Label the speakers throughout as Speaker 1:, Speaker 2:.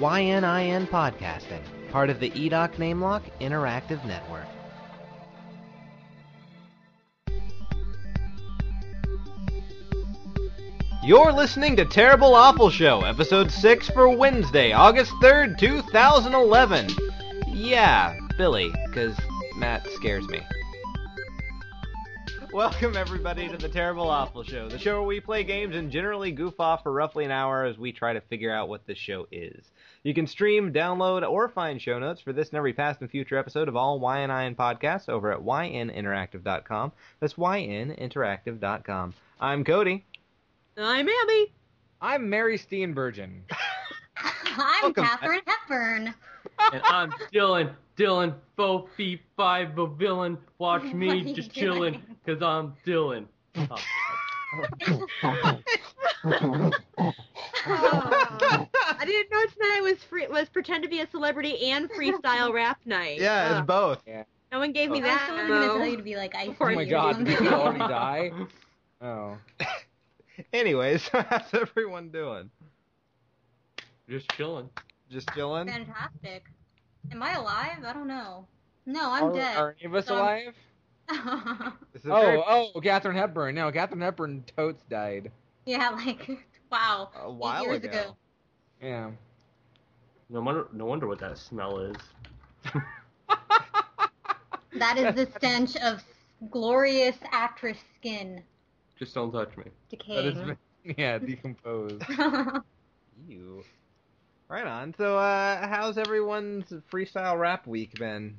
Speaker 1: YNIN Podcasting, part of the E EDOC Namelock Interactive Network. You're listening to Terrible Awful Show, episode 6 for Wednesday, August 3rd, 2011. Yeah, Billy, because Matt scares me. Welcome, everybody, to the Terrible Awful Show, the show where we play games and generally goof off for roughly an hour as we try to figure out what this show is. You can stream, download, or find show notes for this and every past and future episode of all YNIN podcasts over at yninteractive.com. That's yninteractive.com. I'm Cody.
Speaker 2: I'm Abby.
Speaker 1: I'm Mary Steenburgen.
Speaker 3: I'm
Speaker 1: Welcome back.
Speaker 3: Catherine Hepburn.
Speaker 2: and I'm Dylan. Dylan, fo fee five a villain. Watch
Speaker 3: What are
Speaker 2: me
Speaker 3: you
Speaker 2: just chillin',
Speaker 3: doing?
Speaker 2: cause I'm Dylan. Oh,
Speaker 3: Oh,
Speaker 4: I didn't know tonight was free was pretend to be a celebrity and freestyle rap night.
Speaker 5: Yeah,
Speaker 4: Uh,
Speaker 3: Ah.
Speaker 5: it's both.
Speaker 4: no one gave me
Speaker 3: Oh, I was
Speaker 4: that.
Speaker 3: totally
Speaker 4: though.
Speaker 3: gonna tell you to be like ice.
Speaker 4: Oh
Speaker 6: Oh my
Speaker 3: cream or
Speaker 6: god, did
Speaker 3: something.
Speaker 6: people already die? Oh.
Speaker 5: Anyways, how's everyone doing?
Speaker 2: just chillin'.
Speaker 5: Just chilling?
Speaker 3: Fantastic. Am I alive? I don't know. No, I'm
Speaker 6: are,
Speaker 3: dead. Um,
Speaker 6: Are any of us
Speaker 3: So I'm-
Speaker 6: alive?
Speaker 5: This is very-
Speaker 6: Oh, oh, Catherine Hepburn. No, Catherine Hepburn totes died.
Speaker 3: yeah, like wow.
Speaker 5: a while
Speaker 3: Eight years
Speaker 5: ago.
Speaker 3: ago.
Speaker 6: Yeah.
Speaker 2: No wonder, no wonder what that smell is.
Speaker 3: That is the stench of glorious actress skin
Speaker 2: Just don't touch me.
Speaker 6: That
Speaker 3: decaying.
Speaker 6: is, yeah, decomposed.
Speaker 5: Ew. Right on. So, uh, how's everyone's freestyle rap week been?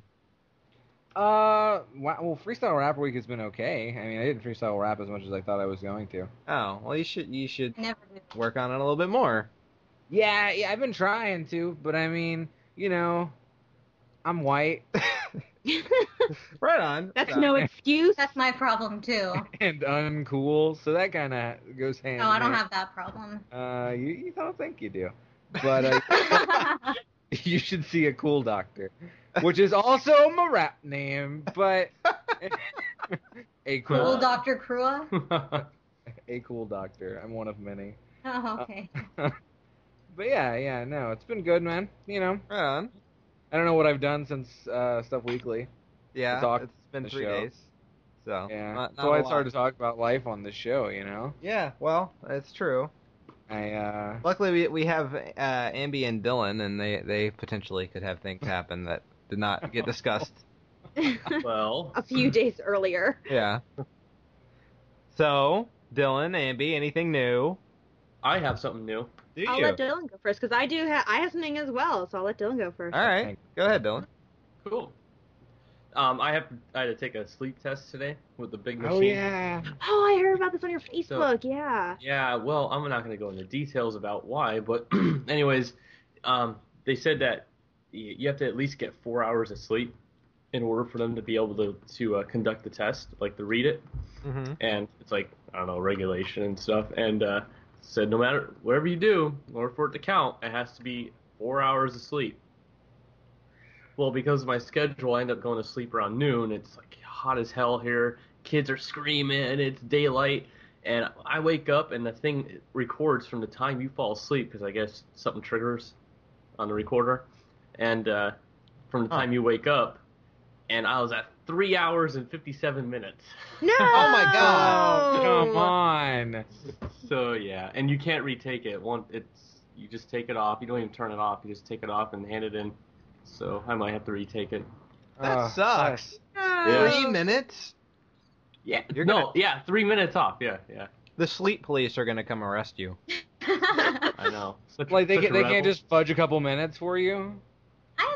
Speaker 6: Uh, wow, well, freestyle rap week has been okay. I mean, I didn't freestyle rap as much as I thought I was going to.
Speaker 5: Oh, well, you should you should
Speaker 3: Never do.
Speaker 5: work on it a little bit more.
Speaker 6: Yeah, yeah, I've been trying to, but I mean, you know, I'm white
Speaker 5: Right on.
Speaker 4: That's
Speaker 5: So-
Speaker 4: no excuse.
Speaker 3: That's my problem too.
Speaker 6: and uncool, so that kind of goes hand.
Speaker 3: No, I don't
Speaker 6: in
Speaker 3: have that problem.
Speaker 6: hand. Uh, you, you don't think you do, but uh, you should see a cool doctor, which is also my rap name, but a cool,
Speaker 3: Old Doctor Crua.
Speaker 6: a cool doctor. I'm one of many.
Speaker 3: Oh, okay.
Speaker 6: But yeah, yeah, no, it's been good, man. You know,
Speaker 5: Right on.
Speaker 6: I don't know what I've done since uh, stuff weekly.
Speaker 5: Yeah,
Speaker 6: It's all-
Speaker 5: it's been
Speaker 6: the
Speaker 5: three
Speaker 6: show.
Speaker 5: days. So,
Speaker 6: Yeah,
Speaker 5: not,
Speaker 6: that's
Speaker 5: not
Speaker 6: why
Speaker 5: a
Speaker 6: it's hard to
Speaker 5: lot.
Speaker 6: talk about life on the show. You know,
Speaker 5: Yeah, well, that's true.
Speaker 6: I uh,
Speaker 5: Luckily, we we have uh, Ambi and Dylan, and they they potentially could have things happen that did not get discussed.
Speaker 2: well,
Speaker 4: a few days earlier.
Speaker 5: yeah. So, Dylan, Ambi, anything new?
Speaker 2: I have something new.
Speaker 5: Do
Speaker 4: I'll
Speaker 5: you?
Speaker 4: let Dylan go first because I do have I have something as well, so I'll let Dylan go first.
Speaker 5: All right, go ahead, Dylan.
Speaker 2: Cool. Um, I have I had to take a sleep test today with the big machine.
Speaker 6: oh yeah,
Speaker 4: Oh, I heard about this on your Facebook. yeah.
Speaker 2: Yeah, well, I'm not going to go into details about why, but anyways, um, they said that y- you have to at least get four hours of sleep in order for them to be able to to uh, conduct the test, like to read it,
Speaker 5: Mm-hmm.
Speaker 2: and it's like I don't know regulation and stuff, and uh, said no matter whatever you do, in order for it to count, it has to be four hours of sleep. Well, because of my schedule, I end up going to sleep around noon. It's like hot as hell here. Kids are screaming. It's daylight, and I wake up and the thing records from the time you fall asleep because I guess something triggers on the recorder, and uh, from the
Speaker 5: Huh.
Speaker 2: time you wake up, and I was at three hours and fifty-seven minutes.
Speaker 4: No.
Speaker 5: Oh my God.
Speaker 6: come on.
Speaker 2: So yeah, and you can't retake it. One, it's you just take it off. You don't even turn it off. You just take it off and hand it in. So I might have to retake it.
Speaker 5: That
Speaker 6: Uh,
Speaker 5: sucks.
Speaker 2: Yeah.
Speaker 5: Three minutes.
Speaker 2: Yeah.
Speaker 5: You're
Speaker 2: no.
Speaker 5: gonna-
Speaker 2: Yeah. Three minutes off. Yeah. Yeah.
Speaker 5: The sleep police are gonna come arrest you.
Speaker 3: I
Speaker 2: I know. Such,
Speaker 6: Like they
Speaker 2: such a
Speaker 6: can, they
Speaker 2: rebel.
Speaker 6: can't just fudge a couple minutes for you.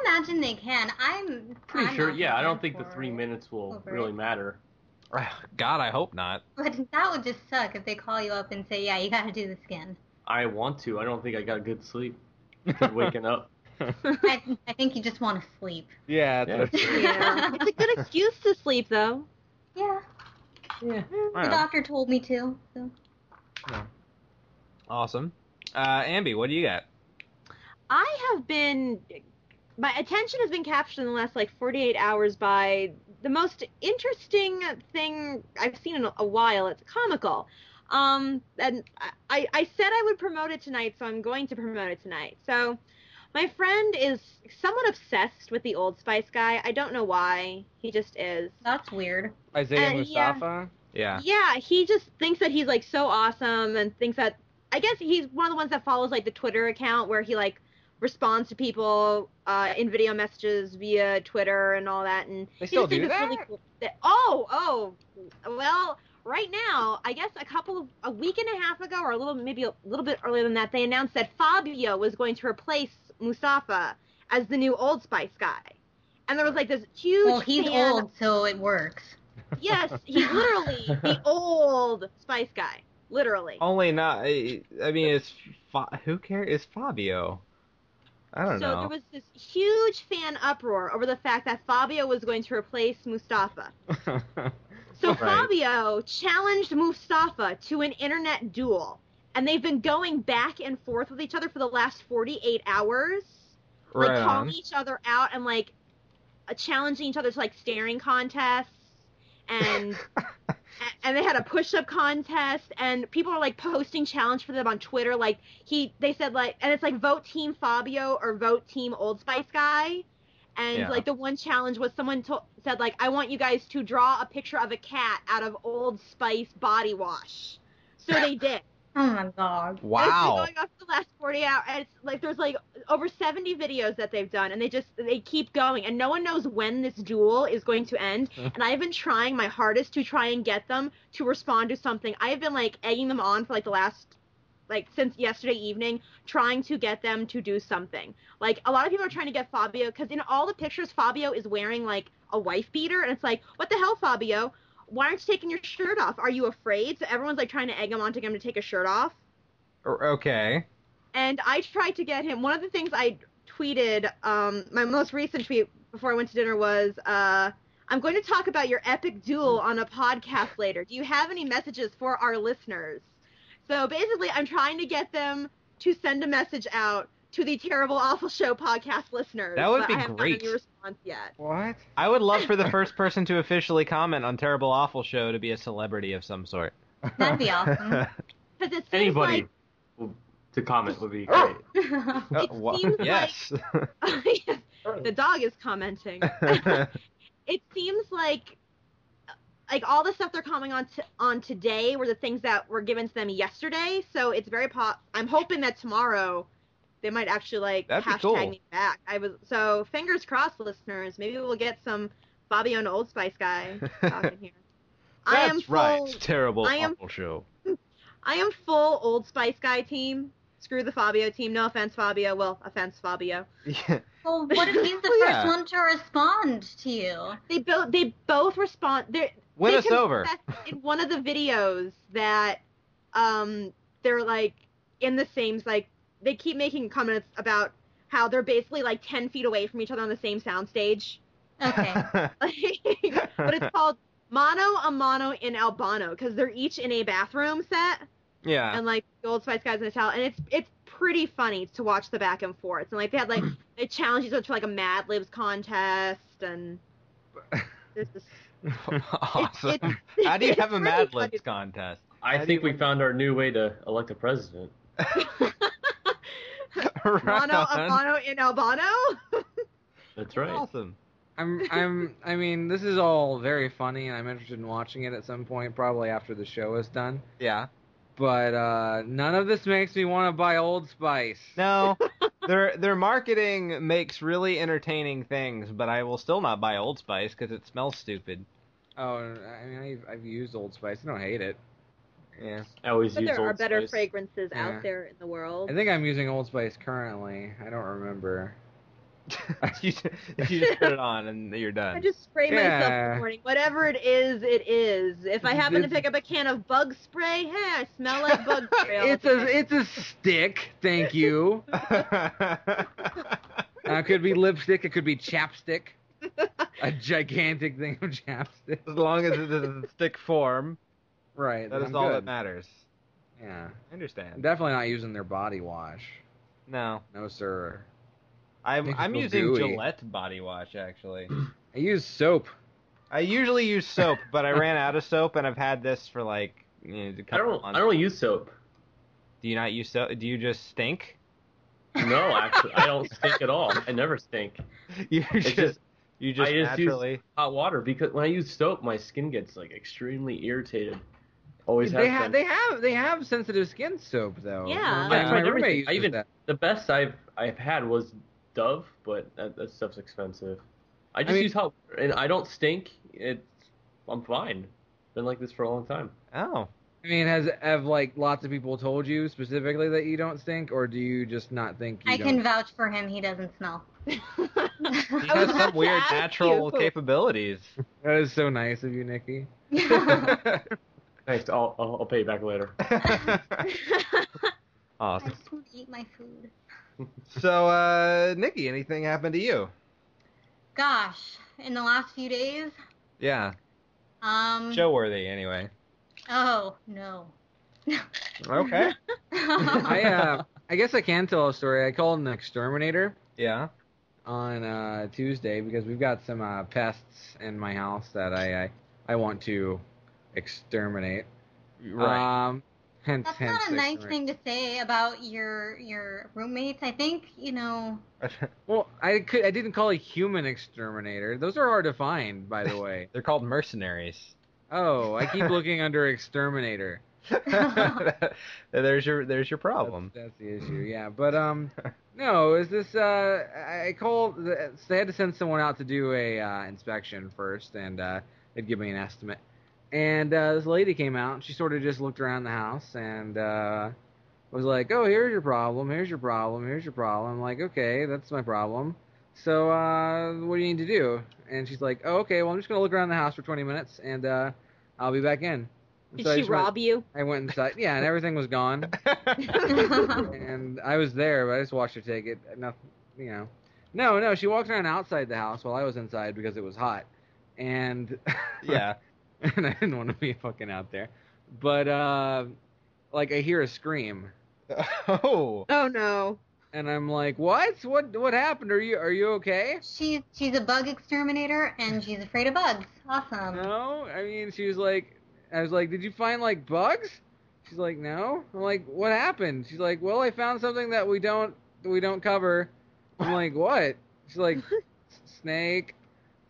Speaker 3: imagine they can. I'm
Speaker 2: Pretty
Speaker 3: I'm
Speaker 2: sure.
Speaker 3: not
Speaker 2: Yeah. I don't
Speaker 3: prepared
Speaker 2: think the
Speaker 3: for
Speaker 2: three
Speaker 3: it.
Speaker 2: minutes will
Speaker 3: Over
Speaker 2: really
Speaker 3: it.
Speaker 2: matter.
Speaker 5: God, I hope not.
Speaker 3: But that would just suck if they call you up and say, "Yeah, you got to do the skin."
Speaker 2: I want to. I don't think I got good sleep. Good waking up.
Speaker 3: I, I think you just want to sleep.
Speaker 6: Yeah,
Speaker 2: Yeah.
Speaker 6: that's what-
Speaker 4: Yeah. it's a good excuse to sleep though.
Speaker 3: Yeah, the doctor told me to. So.
Speaker 5: Awesome. Uh, Ambi, what do you got?
Speaker 4: I have been my attention has been captured in the last like 48 hours by the most interesting thing I've seen in a while. It's comical. Um, and I, I said I would promote it tonight, so I'm going to promote it tonight. So My friend is somewhat obsessed with the Old Spice guy. I don't know why. He just is.
Speaker 3: That's weird.
Speaker 6: Isaiah
Speaker 4: Uh, yeah.
Speaker 6: Mustafa.
Speaker 1: Yeah.
Speaker 4: Yeah, he just thinks that he's like so awesome and thinks that I guess he's one of the ones that follows like the Twitter account where he like responds to people uh, in video messages via Twitter and all that and he
Speaker 6: They still
Speaker 4: just thinks
Speaker 6: do
Speaker 4: it's really
Speaker 6: that?
Speaker 4: cool that- oh, oh. Well, right now, I guess a couple of a week and a half ago or a little maybe a little bit earlier than that, they announced that Fabio was going to replace Mustafa as the new Old Spice guy. And there was like this huge
Speaker 3: Well, he's
Speaker 4: fan
Speaker 3: old, so it works.
Speaker 4: Yes, he's literally the old Spice Guy. Literally.
Speaker 1: Only not. I I mean, it's Fa- who cares? It's Fabio. I
Speaker 4: so
Speaker 1: don't know.
Speaker 4: there was this huge fan uproar over the fact that Fabio was going to replace Mustafa. So
Speaker 1: Right.
Speaker 4: Fabio challenged Mustafa to an internet duel, and they've been going back and forth with each other for the last 48 hours, like
Speaker 1: right
Speaker 4: calling
Speaker 1: on.
Speaker 4: each other out and like uh, challenging each other to like staring contests and a- and they had a push-up contest and people are like posting challenge for them on Twitter like he they said like and it's like vote team Fabio or vote team Old Spice guy and
Speaker 1: Yeah.
Speaker 4: like the one challenge was someone to- said like I want you guys to draw a picture of a cat out of Old Spice body wash so they did
Speaker 3: Oh my god.
Speaker 1: Wow.
Speaker 4: it's been going on for the last 40 hours. And it's like there's like over 70 videos that they've done, and they just they keep going, and no one knows when this duel is going to end. and I've been trying my hardest to try and get them to respond to something. I've been like egging them on for like the last like since yesterday evening, trying to get them to do something. Like a lot of people are trying to get Fabio because in all the pictures, Fabio is wearing like a wife beater, and it's like, what the hell, Fabio? Why aren't you taking your shirt off? Are you afraid? So everyone's like trying to egg him on to get him to take his shirt off
Speaker 1: O- Okay.
Speaker 4: and I tried to get him. One of the things I tweeted, um, my most recent tweet before I went to dinner was, uh, "I'm going to talk about your epic duel on a podcast later. Do you have any messages for our listeners?" So basically, I'm trying to get them to send a message out to the terrible, awful show podcast listeners.
Speaker 1: That would
Speaker 4: but
Speaker 1: be
Speaker 4: I haven't
Speaker 1: great.
Speaker 4: Gotten any response yet?
Speaker 6: What?
Speaker 1: I would love for the first person to officially comment on Terrible Awful Show to be a celebrity of some sort.
Speaker 3: That'd be
Speaker 4: Uh-huh.
Speaker 3: awesome.
Speaker 4: 'Cause it seems
Speaker 2: Anybody
Speaker 4: like-
Speaker 2: w- to comment would be great.
Speaker 1: Uh,
Speaker 4: It seems like- oh,
Speaker 1: yes.
Speaker 4: the dog is commenting. it seems like like all the stuff they're commenting on t- on today were the things that were given to them yesterday. So it's very pop. I'm hoping that tomorrow they might actually like
Speaker 1: That'd be
Speaker 4: hashtag
Speaker 1: cool.
Speaker 4: me back. I was so fingers crossed, listeners. Maybe we'll get some Bobby on Old Spice guy talking here. I am
Speaker 1: That's
Speaker 4: full.
Speaker 1: right. Terrible
Speaker 4: I am-
Speaker 1: Awful Show.
Speaker 4: I am full Old Spice guy team. Screw the Fabio team. No offense, Fabio. Well, offense, Fabio.
Speaker 1: Yeah.
Speaker 3: well, what if he's the
Speaker 1: Well,
Speaker 3: first
Speaker 1: yeah.
Speaker 3: one to respond to you?
Speaker 4: They both they both respond. They're
Speaker 1: Win
Speaker 4: They
Speaker 1: us over.
Speaker 4: confessed in one of the videos that um they're like in the same like they keep making comments about how they're basically like 10 feet away from each other on the same soundstage
Speaker 3: Okay.
Speaker 4: Like, but it's called mono a mono in albano because they're each in a bathroom set
Speaker 1: yeah.
Speaker 4: and like the old spice guys in a towel and it's it's pretty funny to watch the back and forth and like they had like they challenged each other to like a mad libs contest and there's this
Speaker 1: awesome.
Speaker 4: it's-
Speaker 1: How do you
Speaker 4: it's
Speaker 1: have a
Speaker 4: pretty
Speaker 1: Mad
Speaker 4: funny.
Speaker 1: Libs contest? How
Speaker 2: I
Speaker 1: do
Speaker 2: think
Speaker 1: you-
Speaker 2: we found our new way to elect a president.
Speaker 1: Right
Speaker 4: mono a
Speaker 1: on.
Speaker 4: mono in albano
Speaker 2: That's right.
Speaker 1: Awesome.
Speaker 6: I'm I'm I mean this is all very funny and I'm interested in watching it at some point probably after the show is done
Speaker 1: Yeah.
Speaker 6: but uh none of this makes me want to buy Old Spice.
Speaker 1: No, their their marketing makes really entertaining things, but I will still not buy Old Spice because it smells stupid.
Speaker 6: Oh, I mean I've, I've used Old Spice. I don't hate it.
Speaker 1: Yeah.
Speaker 2: I always
Speaker 4: But
Speaker 2: use
Speaker 4: there are
Speaker 2: Old
Speaker 4: better
Speaker 2: Spice.
Speaker 4: fragrances
Speaker 6: Yeah.
Speaker 4: out there in the world.
Speaker 6: I think I'm using Old Spice currently. I don't remember.
Speaker 1: you, ju- you just put it on and you're done.
Speaker 4: I just spray myself in
Speaker 6: Yeah.
Speaker 4: the morning. Whatever it is, it is. If I happen to pick up a can of bug spray, hey, I smell like bug spray. all
Speaker 6: It's
Speaker 4: the time.
Speaker 6: a it's a stick. Thank you. Uh, it could be lipstick. It could be chapstick. A gigantic thing of chapstick.
Speaker 1: as long as it is in stick form,
Speaker 6: Right.
Speaker 1: that
Speaker 6: then
Speaker 1: is
Speaker 6: I'm
Speaker 1: all
Speaker 6: good.
Speaker 1: that matters.
Speaker 6: Yeah.
Speaker 1: I
Speaker 6: I'm
Speaker 1: understand.
Speaker 6: definitely not using their body wash.
Speaker 1: No,
Speaker 6: No sir.
Speaker 1: I'm
Speaker 6: Makes it
Speaker 1: I'm
Speaker 6: feel
Speaker 1: using
Speaker 6: gooey.
Speaker 1: Gillette body wash actually.
Speaker 6: I use soap.
Speaker 1: I usually use soap, but I ran out of soap, and I've had this for like you know, a
Speaker 2: I
Speaker 1: couple
Speaker 2: don't.
Speaker 1: months.
Speaker 2: I don't use soap.
Speaker 1: Do you not use soap? Do you just stink?
Speaker 2: No, actually, I don't stink at all. I never stink.
Speaker 5: You're
Speaker 2: It's
Speaker 5: just,
Speaker 2: just
Speaker 5: you just,
Speaker 2: I just use-
Speaker 5: naturally.
Speaker 2: hot water because when I use soap, my skin gets like extremely irritated. Always has
Speaker 6: They
Speaker 2: been.
Speaker 6: have they have they have sensitive skin soap though.
Speaker 4: Yeah.
Speaker 6: my,
Speaker 2: I
Speaker 6: my
Speaker 2: tried everything.
Speaker 6: roommate used
Speaker 2: I even-
Speaker 6: that.
Speaker 2: The best I've I've had was Dove, but that, that stuff's expensive. I just
Speaker 6: mean-
Speaker 2: use hot water, and I don't stink. It's I'm fine. Been like this for a long time.
Speaker 5: Oh,
Speaker 6: I mean, has have like lots of people told you specifically that you don't stink, or do you just not think you
Speaker 3: I
Speaker 6: don't?
Speaker 3: can vouch for him. He doesn't smell.
Speaker 5: he
Speaker 4: I was
Speaker 5: has
Speaker 4: about
Speaker 5: some
Speaker 4: to
Speaker 5: weird
Speaker 4: ask you.
Speaker 5: natural capabilities.
Speaker 6: That is so nice of you, Nikki.
Speaker 2: Thanks. I'll I'll, I'll pay you back later.
Speaker 3: I
Speaker 5: awesome.
Speaker 3: just want to eat my food.
Speaker 5: So, uh, Nikki, anything happened to you?
Speaker 3: Gosh, in the last few days,
Speaker 5: Yeah,
Speaker 3: um,
Speaker 5: showworthy anyway.
Speaker 3: oh no.
Speaker 5: Okay.
Speaker 6: I uh, I guess I can tell a story. I called an exterminator
Speaker 5: Yeah.
Speaker 6: on uh, Tuesday because we've got some uh, pests in my house that I I, I want to exterminate.
Speaker 5: Right.
Speaker 6: Um, hence,
Speaker 3: That's
Speaker 6: hence
Speaker 3: not a nice
Speaker 6: exterminate.
Speaker 3: thing to say about your your roommates. I think you know.
Speaker 6: Well, I could I didn't call a human exterminator. Those are hard to find, by the way.
Speaker 5: They're called mercenaries.
Speaker 6: Oh, I keep looking under exterminator.
Speaker 5: there's your there's your problem.
Speaker 6: That's, that's the issue. Yeah, but um, no, is this uh? I I called. the- So they had to send someone out to do a uh, inspection first, and uh, they'd give me an estimate. And uh, this lady came out. And she sort of just looked around the house and uh, was like, "Oh, here's your problem. Here's your problem. Here's your problem." I'm like, "Okay, that's my problem." So uh, what do you need to do? And she's like, "Oh, okay. Well, I'm just gonna look around the house for 20 minutes, and uh, I'll be back in." And
Speaker 4: Did
Speaker 6: so I
Speaker 4: she
Speaker 6: just went-
Speaker 4: rob you?
Speaker 6: I went inside. Yeah, and everything was gone and I was there, but I just watched her take it. Enough, you know. No, no, she walked around outside the house while I was inside because it was hot, and
Speaker 5: yeah.
Speaker 6: and I didn't want to be fucking out there. But uh, like I hear a scream,
Speaker 5: Oh.
Speaker 4: Oh no.
Speaker 6: and I'm like, "What? What? What happened? Are you are you okay?"
Speaker 3: She's she's a bug exterminator and she's afraid of bugs. Awesome.
Speaker 6: No, I mean she was like, I was like, "Did you find like bugs?" She's like, "No." I'm like, "What happened?" She's like, "Well, I found something that we don't that we don't cover." I'm like, "What?" She's like, "S- "Snake."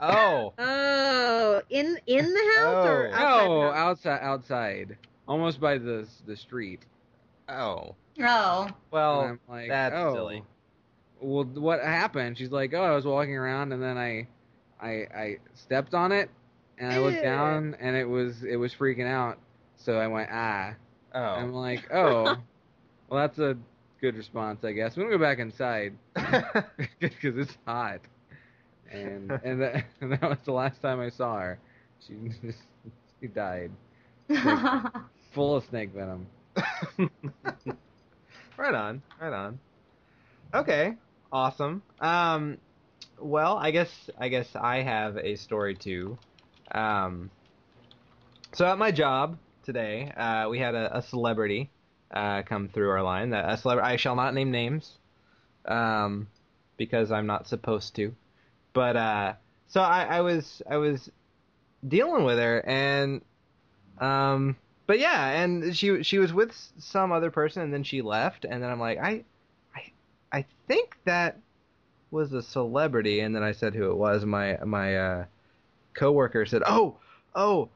Speaker 5: Oh.
Speaker 4: Oh, in in the house or
Speaker 5: Oh.
Speaker 4: outside?
Speaker 6: No,
Speaker 4: the house?
Speaker 6: outside, outside, almost by the the street.
Speaker 5: Oh.
Speaker 3: Oh.
Speaker 5: Well,
Speaker 6: And I'm like,
Speaker 5: that's
Speaker 6: oh.
Speaker 5: silly.
Speaker 6: Well, what happened? She's like, oh, I was walking around and then I, I, I stepped on it, and I looked
Speaker 4: Ew.
Speaker 6: down and it was it was freaking out. So I went ah. I'm
Speaker 5: oh.
Speaker 6: like, oh, well that's a good response, I guess. We're gonna go back inside because it's hot. And and that, and that was the last time I saw her. She just she died, full of snake venom.
Speaker 5: right on. Right on. Okay. Awesome. Um well, I guess I guess I have a story too. Um so at my job today, uh, we had a, a celebrity uh, come through our line. That a celebrity, I shall not name names, um, because I'm not supposed to. But uh, so I, I was I was dealing with her, and um, but yeah, and she she was with s- some other person, and then she left, and then I'm like, I, I, I think that was a celebrity, and then I said who it was. My my uh, coworker said, oh oh,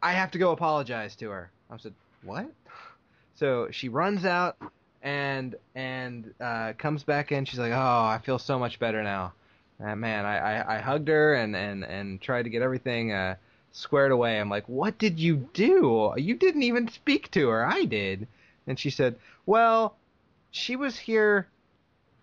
Speaker 5: I have to go apologize to her. I said, what? So she runs out and and uh, comes back in. She's like, oh, I feel so much better now. Uh, man, I, I, I hugged her and, and, and tried to get everything uh, squared away. I'm like, what did you do? You didn't even speak to her. I did. And she said, well, she was here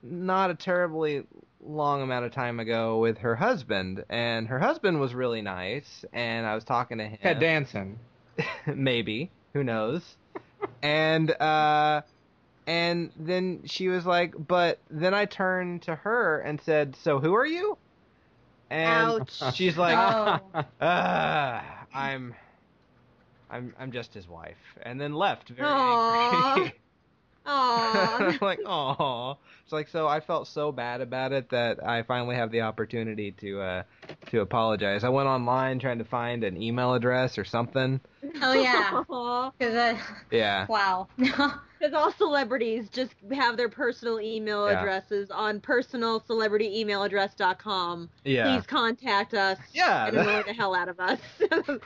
Speaker 5: not a terribly long amount of time ago with her husband, and her husband was really nice, and I was talking to him
Speaker 6: Ted Danson.
Speaker 5: maybe who knows and uh and then she was like but then i turned to her and said so who are you and
Speaker 4: Ouch.
Speaker 5: she's like
Speaker 3: oh.
Speaker 5: uh, i'm i'm i'm just his wife and then left very
Speaker 4: Aw.
Speaker 5: angry
Speaker 4: Aw.
Speaker 5: I'm like, oh, it's like so. I felt so bad about it that I finally have the opportunity to uh, to apologize. I went online trying to find an email address or something.
Speaker 3: Oh, yeah.
Speaker 4: Aw.
Speaker 3: Cause, uh,
Speaker 5: Yeah,
Speaker 3: wow.
Speaker 4: Because all celebrities just have their personal email
Speaker 7: Yeah.
Speaker 4: addresses on personalcelebrityemailaddress.com.
Speaker 5: Yeah.
Speaker 4: Please contact us.
Speaker 5: Yeah.
Speaker 4: And annoy the hell out of us.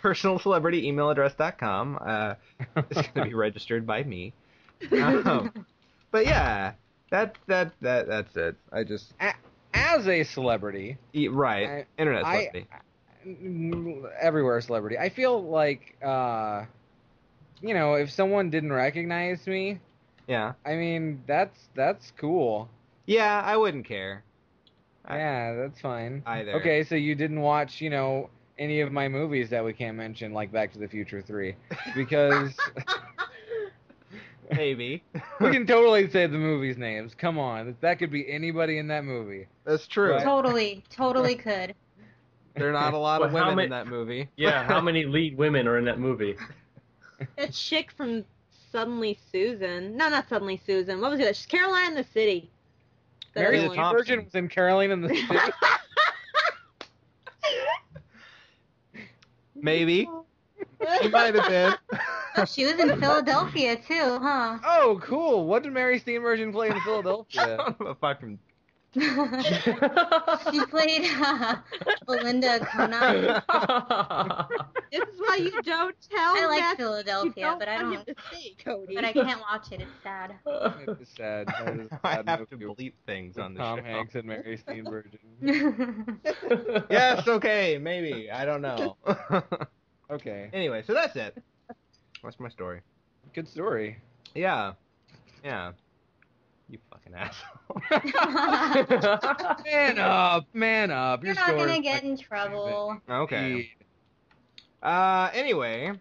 Speaker 5: personalcelebrityemailaddress.com. Uh, it's going to be registered by me. Um, but yeah, that that that that's it. I just
Speaker 6: As a celebrity,
Speaker 5: e- right
Speaker 6: I-
Speaker 5: internet
Speaker 6: I-
Speaker 5: celebrity.
Speaker 6: n- n- everywhere a celebrity. I feel like, uh, you know, if someone didn't recognize me,
Speaker 5: yeah,
Speaker 6: I mean, that's that's cool.
Speaker 5: yeah. I wouldn't care I-
Speaker 6: yeah, that's fine.
Speaker 5: either.
Speaker 6: Okay, so you didn't watch, you know, any of my movies that we can't mention, like Back to the Future Three, because
Speaker 5: maybe
Speaker 6: we can totally say the movies' names. Come on, that could be anybody in that movie.
Speaker 5: that's true.
Speaker 6: Right.
Speaker 3: Totally, totally could.
Speaker 5: There are not a lot of
Speaker 2: Well, how
Speaker 5: women
Speaker 2: ma-
Speaker 5: in that movie.
Speaker 2: Yeah, how many lead women are in that movie?
Speaker 4: that chick from Suddenly Susan. No, not Suddenly Susan. What was it? She's Caroline in the City. The
Speaker 6: Mary
Speaker 4: other
Speaker 5: Lou
Speaker 4: one.
Speaker 5: Thompson.
Speaker 6: Virgin was in Caroline in the City.
Speaker 5: Maybe she might have been.
Speaker 3: Oh, she was in Philadelphia too, huh?
Speaker 6: oh, cool. What did Mary Steenburgen play in Philadelphia?
Speaker 5: I don't know if I can-
Speaker 3: she played uh, Belinda Conan.
Speaker 4: This is why you don't tell
Speaker 3: I like
Speaker 4: Matthew- you
Speaker 3: Philadelphia, but I
Speaker 4: want
Speaker 3: don't.
Speaker 4: him to see, Cody.
Speaker 3: But I can't watch it. It's sad.
Speaker 6: That is sad. That is a
Speaker 5: I
Speaker 6: sad
Speaker 5: have to
Speaker 6: movie
Speaker 5: bleep things
Speaker 6: with
Speaker 5: on the
Speaker 6: Tom
Speaker 5: show.
Speaker 6: Hanks and Mary Steenburgen.
Speaker 3: That's
Speaker 5: Yes, okay, maybe. I don't know.
Speaker 6: Okay,
Speaker 5: anyway, so that's it. That's my story.
Speaker 6: good story.
Speaker 5: Yeah. Yeah. You fucking asshole.
Speaker 6: Man up, man up.
Speaker 3: You're
Speaker 6: Your
Speaker 3: not
Speaker 6: story
Speaker 3: gonna
Speaker 6: is
Speaker 3: get in
Speaker 6: like
Speaker 3: trouble.
Speaker 5: okay.
Speaker 6: the-
Speaker 5: Uh anyway.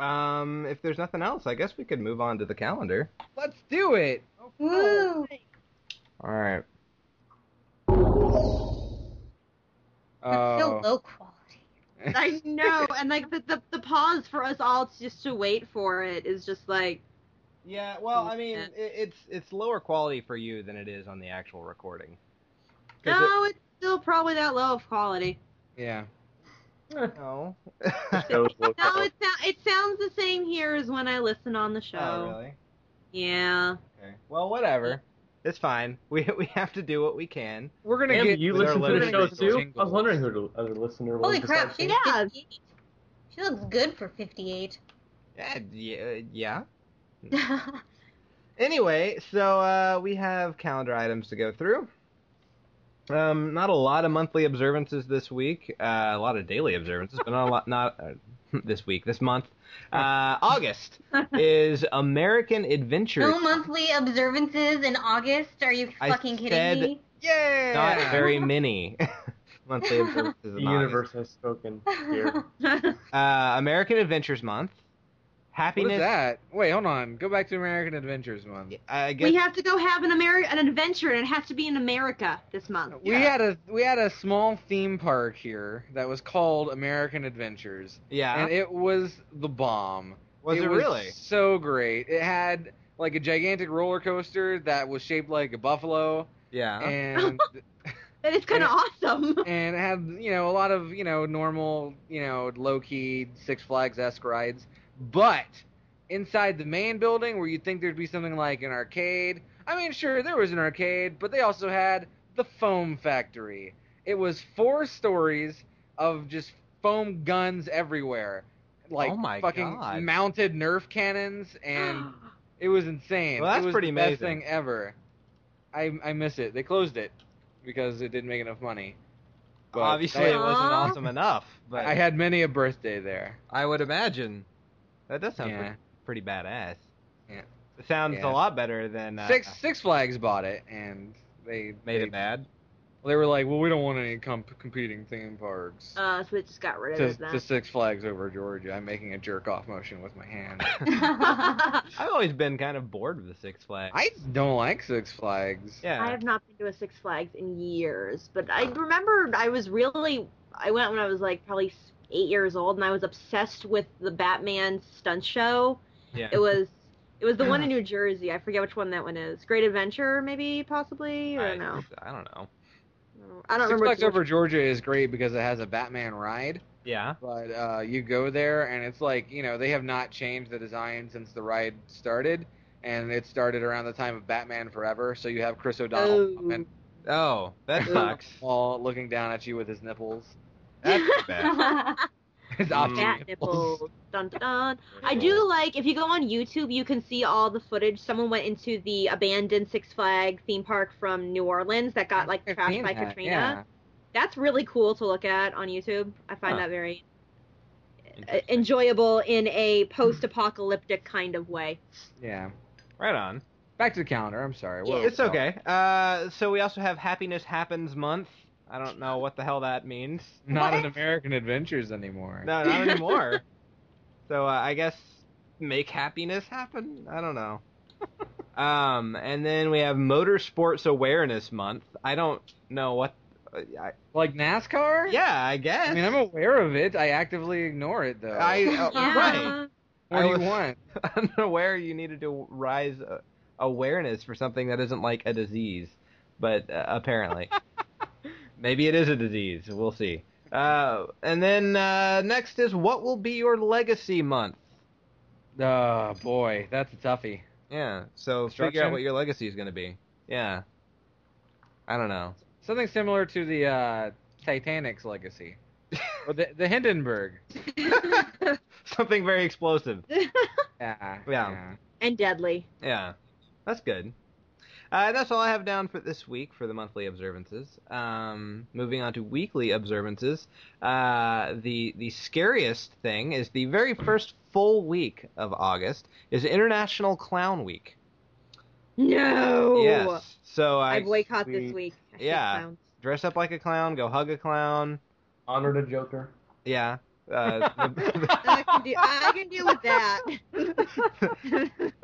Speaker 5: Um if there's nothing else, I guess we could move on to the calendar.
Speaker 6: Let's do it.
Speaker 3: Woo!
Speaker 5: All right.
Speaker 3: That's so
Speaker 6: Oh,
Speaker 3: low quality.
Speaker 4: I know, and like the, the the pause for us all to just to wait for it is just like
Speaker 5: Yeah, well, I mean,
Speaker 4: Yeah.
Speaker 5: it, it's it's lower quality for you than it is on the actual recording. 'Cause
Speaker 4: no, it's still probably that low of quality.
Speaker 6: yeah.
Speaker 4: Ah.
Speaker 5: it- no. Oh,
Speaker 2: Shows look
Speaker 4: No, it sounds it sounds the same here as when I listen on the show.
Speaker 5: Oh, really?
Speaker 4: Yeah,
Speaker 5: Okay. Well, whatever. It's fine. We we have to do what we can.
Speaker 6: We're gonna
Speaker 2: Pam, do
Speaker 6: get.
Speaker 2: you
Speaker 5: With our
Speaker 2: listen
Speaker 5: letter
Speaker 2: to the show
Speaker 5: grades
Speaker 2: too?
Speaker 6: tingles.
Speaker 2: I was wondering who uh, the other listener was.
Speaker 3: Holy crap!
Speaker 2: besides
Speaker 3: She's
Speaker 2: me.
Speaker 4: Yeah.
Speaker 3: 58. She looks good for 58.
Speaker 5: Yeah. Yeah. yeah. Anyway, so uh, we have calendar items to go through. Um, not a lot of monthly observances this week. Uh, a lot of daily observances, but not a lot. Not uh, this week. This month. Uh, August is American Adventure.
Speaker 4: Oh,
Speaker 3: no monthly observances in August. Are you
Speaker 5: I
Speaker 3: fucking
Speaker 5: said-
Speaker 3: kidding me?
Speaker 6: Yeah.
Speaker 5: Not very many monthly observances.
Speaker 2: The
Speaker 5: in August.
Speaker 2: universe has spoken. Dear.
Speaker 5: Uh, American Adventures Month. Happiness.
Speaker 6: What is that? Wait, hold on. Go back to American Adventures month.
Speaker 5: I guess
Speaker 4: we have to go have an Ameri- an adventure, and it has to be in America this month.
Speaker 6: We had a we had a small theme park here that was called American Adventures,
Speaker 5: Yeah.
Speaker 6: and it was the bomb.
Speaker 5: was it, really?
Speaker 6: so great? It had like a gigantic roller coaster that was shaped like a buffalo,
Speaker 5: Yeah.
Speaker 6: and
Speaker 4: That is kind of awesome.
Speaker 6: and it had you know a lot of you know normal you know low key Six Flags esque rides, but inside the main building where you'd think there'd be something like an arcade. I mean, sure there was an arcade, but they also had the foam factory. It was four stories of just foam guns everywhere, like
Speaker 5: Oh my
Speaker 6: fucking
Speaker 5: God.
Speaker 6: mounted Nerf cannons, and it was insane.
Speaker 5: Well, that's
Speaker 6: it was
Speaker 5: pretty
Speaker 6: the best
Speaker 5: amazing.
Speaker 6: thing ever. I I miss it. They closed it because it didn't make enough money. But
Speaker 5: Obviously,
Speaker 6: I-
Speaker 5: it wasn't
Speaker 4: Aw.
Speaker 5: awesome enough, but
Speaker 6: I
Speaker 5: I,
Speaker 6: had many a birthday there.
Speaker 5: would imagine that does sound
Speaker 6: Yeah.
Speaker 5: pretty, pretty badass.
Speaker 6: Yeah.
Speaker 5: It sounds
Speaker 6: Yeah.
Speaker 5: a lot better than uh,
Speaker 6: Six Six Flags bought it, and they
Speaker 5: made
Speaker 6: they,
Speaker 5: it bad.
Speaker 6: They were like, "Well, we don't want any comp- competing theme parks."
Speaker 4: Uh, so they just got rid
Speaker 6: to,
Speaker 4: of
Speaker 6: to Six Flags over Georgia. I'm making a jerk off motion with my hand.
Speaker 4: that.
Speaker 5: I've always been kind of bored with the Six Flags.
Speaker 6: I don't like Six Flags.
Speaker 5: yeah.
Speaker 4: I have not been to a Six Flags in years, but I remember I was really I went when I was like probably s- eight years old, and I was obsessed with the Batman stunt show.
Speaker 5: yeah.
Speaker 4: It was it was the one in New Jersey. I forget which one that one is. Great Adventure, maybe possibly. I
Speaker 5: I,
Speaker 4: don't know.
Speaker 5: I don't know.
Speaker 4: I don't
Speaker 6: Six
Speaker 4: remember.
Speaker 6: Flags
Speaker 4: which-
Speaker 6: over Georgia is great because it has a Batman ride,
Speaker 5: Yeah.
Speaker 6: but uh, you go there and it's like you know they have not changed the design since the ride started and it started around the time of batman forever so you have chris o'donnell
Speaker 4: Oh.
Speaker 6: and
Speaker 5: Oh, that sucks.
Speaker 6: all looking down at you with his nipples
Speaker 5: That's bad.
Speaker 6: his
Speaker 2: Mm.
Speaker 6: optic
Speaker 4: Oh. Bat nipples. Dun dun. I do like if you go on YouTube, you can see all the footage. Someone went into the abandoned Six Flag theme park from New Orleans that got like
Speaker 6: I've
Speaker 4: trashed
Speaker 6: seen
Speaker 4: by
Speaker 6: that,
Speaker 4: Katrina.
Speaker 6: yeah.
Speaker 4: That's really cool to look at on YouTube. I find
Speaker 5: Huh.
Speaker 4: that very uh,
Speaker 5: Interesting.
Speaker 4: enjoyable in a post-apocalyptic kind of way.
Speaker 6: yeah
Speaker 5: Right on.
Speaker 6: back to the calendar i'm sorry Whoa,
Speaker 5: It's
Speaker 6: no.
Speaker 5: okay. Uh, so we also have Happiness Happens Month. I don't know what the hell that means.
Speaker 6: not in
Speaker 3: What?
Speaker 6: american adventures anymore
Speaker 5: No, not anymore. so uh, I guess make happiness happen. I don't know. um, and then we have Motorsports Awareness Month. I don't know what. Uh, I,
Speaker 6: like nascar
Speaker 5: yeah, I guess.
Speaker 6: i mean i'm aware of it i actively ignore it though
Speaker 5: I- uh,
Speaker 3: Yeah.
Speaker 5: right.
Speaker 6: what
Speaker 5: I
Speaker 6: do you
Speaker 5: was-
Speaker 6: want
Speaker 5: I'm aware you needed to rise uh, awareness for something that isn't like a disease, but uh, apparently, maybe it is a disease. We'll see. Uh, and then uh, next is what will be your legacy month?
Speaker 6: oh boy that's a toughie
Speaker 5: Yeah. So figure out
Speaker 6: Construction?
Speaker 5: what your legacy is going to be. Yeah. I don't know.
Speaker 6: Something similar to the uh, Titanic's legacy, or the, the Hindenburg.
Speaker 5: Something very explosive.
Speaker 6: Yeah,
Speaker 5: Yeah.
Speaker 4: and deadly.
Speaker 5: Yeah. That's good. Uh, that's all I have down for this week for the monthly observances. Um, moving on to weekly observances, uh, the the scariest thing is the very first full week of August is International Clown Week.
Speaker 4: No.
Speaker 5: Yes, so
Speaker 4: I
Speaker 5: I
Speaker 4: boycott this
Speaker 2: we-
Speaker 4: week. I hate
Speaker 5: Yeah.
Speaker 4: clowns.
Speaker 5: dress up like a clown, go hug a clown.
Speaker 2: Honor to Joker.
Speaker 5: Yeah, uh, the-
Speaker 4: I can, do, I can deal with that.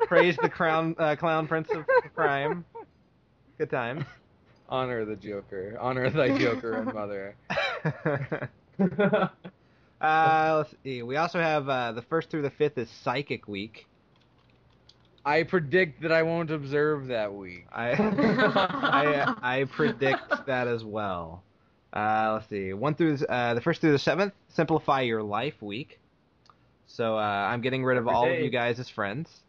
Speaker 5: praise the crown uh, clown prince of crime. Good time.
Speaker 6: Honor the Joker. Honor thy Joker and mother.
Speaker 5: Uh, let's see. We also have uh, the first through the fifth is Psychic Week.
Speaker 6: I predict that I won't observe that week.
Speaker 5: I I, I predict that as well. Uh, let's see. One through uh, the first through the seventh, Simplify Your Life Week. So uh, I'm getting rid of
Speaker 2: Every
Speaker 5: all of
Speaker 2: day.
Speaker 5: you guys as friends,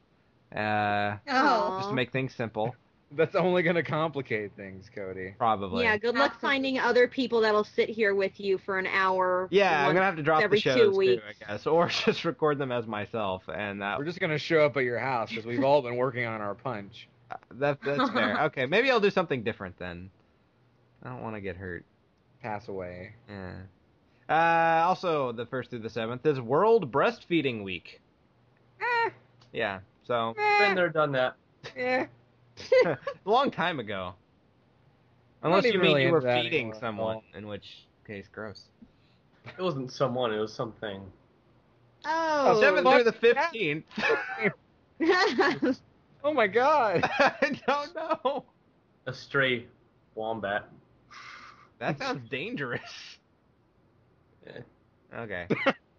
Speaker 5: uh,
Speaker 3: Oh.
Speaker 5: just to make things simple,
Speaker 6: That's only gonna complicate things, Cody.
Speaker 5: probably.
Speaker 4: Yeah, good luck
Speaker 3: Absolutely.
Speaker 4: finding other people that'll sit here with you for an hour.
Speaker 5: Yeah, I'm
Speaker 4: once-
Speaker 5: gonna have to drop
Speaker 4: every
Speaker 5: the
Speaker 4: two
Speaker 5: shows too,
Speaker 4: weeks.
Speaker 5: I guess, or just record them as myself, and that
Speaker 6: We're just gonna show up at your house because we've all been working on our punch.
Speaker 5: that that's fair. Okay, maybe I'll do something different then. I don't want to get hurt.
Speaker 6: Pass away.
Speaker 5: Yeah. Uh, also, the first through the seventh is World Breastfeeding Week.
Speaker 4: Ah,
Speaker 5: Yeah. So
Speaker 2: Been there, done that.
Speaker 6: Yeah.
Speaker 5: a long time ago.
Speaker 6: I'm
Speaker 5: Unless
Speaker 6: not
Speaker 5: you
Speaker 6: even
Speaker 5: mean
Speaker 6: really
Speaker 5: you were
Speaker 6: into that
Speaker 5: feeding
Speaker 6: anymore at
Speaker 5: someone,
Speaker 6: all.
Speaker 5: in which case, gross.
Speaker 2: It wasn't someone. It was something.
Speaker 4: Oh.
Speaker 5: Seventh
Speaker 6: fuck
Speaker 5: through the
Speaker 6: that.
Speaker 5: fifteenth.
Speaker 6: Oh my God.
Speaker 5: I don't know.
Speaker 2: A stray wombat.
Speaker 5: That sounds dangerous.
Speaker 2: Yeah.
Speaker 5: Okay.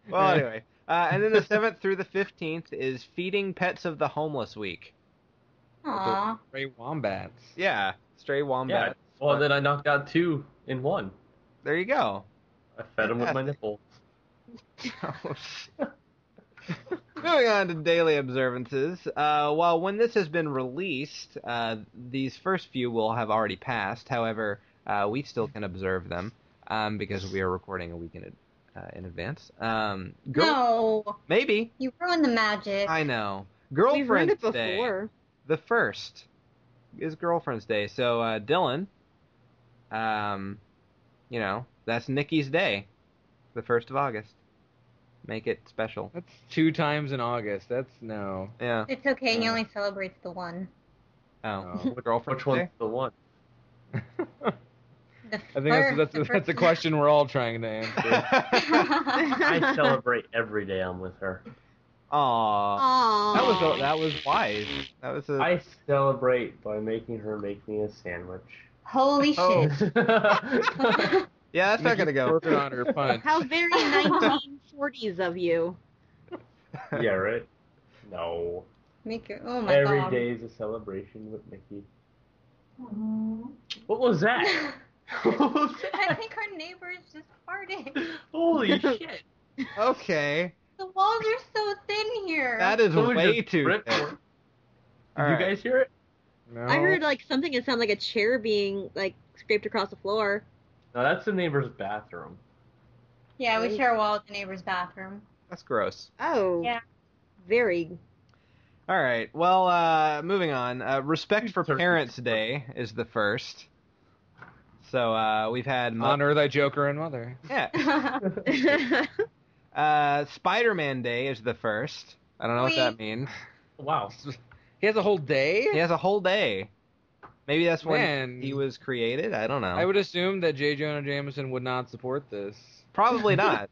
Speaker 5: Well, anyway. Uh, and then the seventh through the fifteenth is Feeding Pets of the Homeless Week.
Speaker 3: Aw.
Speaker 6: Ray wombats.
Speaker 5: Yeah, stray
Speaker 2: Yeah.
Speaker 5: wombat.
Speaker 2: Well, then I knocked out two in one.
Speaker 5: There you go.
Speaker 2: I fed him with my nipple.
Speaker 5: Moving on to daily observances. Uh, while when this has been released, uh, these first few will have already passed. However, uh, we still can observe them um, because we are recording a week in, ad- uh, in advance. Um, girl-
Speaker 3: No.
Speaker 5: Maybe.
Speaker 3: You ruined the magic.
Speaker 5: I know.
Speaker 4: We've run
Speaker 5: Girlfriend's
Speaker 4: it
Speaker 5: Day.
Speaker 4: before.
Speaker 5: The first is Girlfriend's Day. So, uh, Dylan, um, you know, that's Nikki's Day, the 1st of August. Make it special.
Speaker 6: That's two times in August. That's no.
Speaker 5: Yeah.
Speaker 3: It's okay. He only celebrates the one.
Speaker 5: Oh,
Speaker 6: No.
Speaker 5: girlfriend's
Speaker 2: Which one's
Speaker 5: day?
Speaker 2: the one?
Speaker 3: The
Speaker 6: I think
Speaker 3: first-
Speaker 6: that's that's,
Speaker 3: the
Speaker 6: that's, that's a
Speaker 3: first-
Speaker 6: question we're all trying to answer.
Speaker 2: I celebrate every day I'm with her.
Speaker 5: Aw.
Speaker 4: Aw.
Speaker 5: Oh. That was that was wise. That was a
Speaker 2: I celebrate by making her make me a sandwich.
Speaker 3: Holy
Speaker 5: Oh.
Speaker 3: shit.
Speaker 5: yeah. That's not
Speaker 6: Nikki's
Speaker 5: gonna go.
Speaker 6: Working on her punch.
Speaker 4: How very 1940s of you.
Speaker 2: yeah, right? No.
Speaker 3: Make your, oh my
Speaker 2: Every day
Speaker 3: god. Mm-hmm.
Speaker 2: is a celebration with Mickey. What was that?
Speaker 3: I think our neighbor is just farting.
Speaker 2: Holy shit!
Speaker 5: Okay,
Speaker 3: The walls are so thin here.
Speaker 5: that is
Speaker 2: Someone
Speaker 5: way
Speaker 2: just
Speaker 5: too.
Speaker 2: ripped
Speaker 5: thick.
Speaker 2: one. Did
Speaker 5: All
Speaker 2: you
Speaker 5: right.
Speaker 2: guys hear it?
Speaker 6: No.
Speaker 4: I heard like something that sounded like a chair being like scraped across the floor.
Speaker 2: No, that's the neighbor's bathroom.
Speaker 3: yeah, we share a wall with the neighbor's bathroom.
Speaker 5: That's gross.
Speaker 4: Oh.
Speaker 3: Yeah.
Speaker 4: Very.
Speaker 5: All right. Well, uh, moving on. Uh, Respect for
Speaker 2: Turkey.
Speaker 5: Parents Day is the first. So uh, we've had mo-
Speaker 6: honor thy Joker and mother.
Speaker 5: yeah.
Speaker 4: I
Speaker 5: Uh, Spider-Man Day is the first. I don't know what that means.
Speaker 2: Wow.
Speaker 6: He has a whole day.
Speaker 5: He has a whole day. Maybe that's when
Speaker 6: Man.
Speaker 5: he was created. I don't know.
Speaker 6: I would assume that J. Jonah Jameson would not support this.
Speaker 5: Probably not.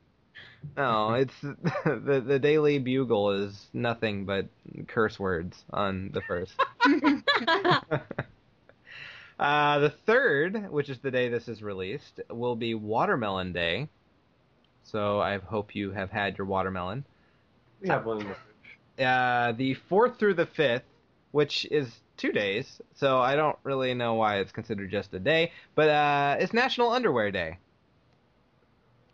Speaker 5: no, it's the the Daily Bugle is nothing but curse words on the first. Uh, the third, which is the day this is released, will be Watermelon Day. So I hope you have had your watermelon.
Speaker 2: We have one in the
Speaker 5: Uh, the fourth through the fifth, which is two days, so I don't really know why it's considered just a day, but uh, it's National Underwear Day.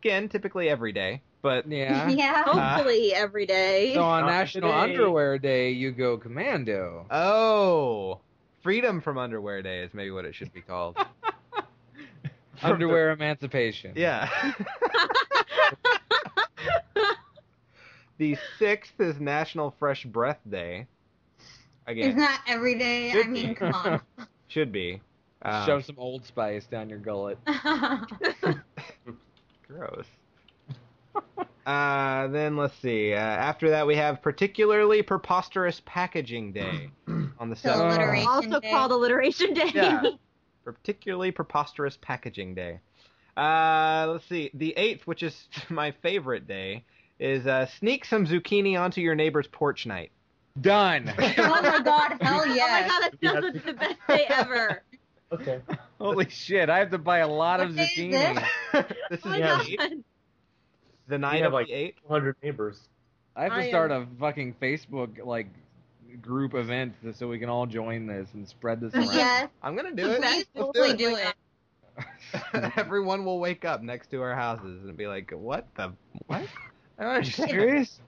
Speaker 5: Again, typically every day, but uh,
Speaker 6: Yeah.
Speaker 5: Oh,
Speaker 3: yeah.
Speaker 4: Hopefully every day.
Speaker 6: So on
Speaker 2: Not
Speaker 6: National
Speaker 2: today.
Speaker 6: Underwear Day, you go commando.
Speaker 5: oh, Freedom from Underwear Day is maybe what it should be called. from
Speaker 6: Underwear emancipation.
Speaker 5: Yeah. the sixth is National Fresh Breath Day.
Speaker 3: It's
Speaker 5: Again,
Speaker 3: not every day. I
Speaker 5: Should
Speaker 3: mean,
Speaker 5: be.
Speaker 3: come on.
Speaker 5: should be. Uh,
Speaker 6: Shove some Old Spice down your gullet.
Speaker 3: Oh
Speaker 5: Gross. uh, then let's see. Uh, after that, we have particularly preposterous packaging day on the
Speaker 3: so
Speaker 5: seventh.
Speaker 3: alliteration
Speaker 4: also
Speaker 3: day.
Speaker 4: called alliteration day.
Speaker 5: uh, Yeah. particularly preposterous packaging day. Uh, let's see. The eighth, which is my favorite day, is uh, sneak some zucchini onto your neighbor's porch night.
Speaker 6: Done.
Speaker 3: oh my god, hell
Speaker 4: Oh my
Speaker 3: yes.
Speaker 4: god, that sounds like the best day ever.
Speaker 2: Okay.
Speaker 6: Holy shit! I have to buy a lot of
Speaker 3: What day is
Speaker 6: zucchini.
Speaker 3: this?
Speaker 5: This is
Speaker 4: Oh my
Speaker 2: Yeah.
Speaker 5: the, eighth,
Speaker 4: god.
Speaker 5: the night
Speaker 2: have,
Speaker 5: of
Speaker 2: like-
Speaker 5: the eighth.
Speaker 2: 100 neighbors.
Speaker 6: I have to
Speaker 4: I
Speaker 6: start a fucking Facebook like group event so we can all join this and spread this around.
Speaker 3: yes,
Speaker 5: I'm gonna do it.
Speaker 3: please
Speaker 5: Let's do
Speaker 3: totally
Speaker 5: it.
Speaker 4: Oh
Speaker 3: do it.
Speaker 5: Everyone will wake up next to our houses and be like, "What the what? I don't
Speaker 6: Are you
Speaker 5: understand.
Speaker 6: serious?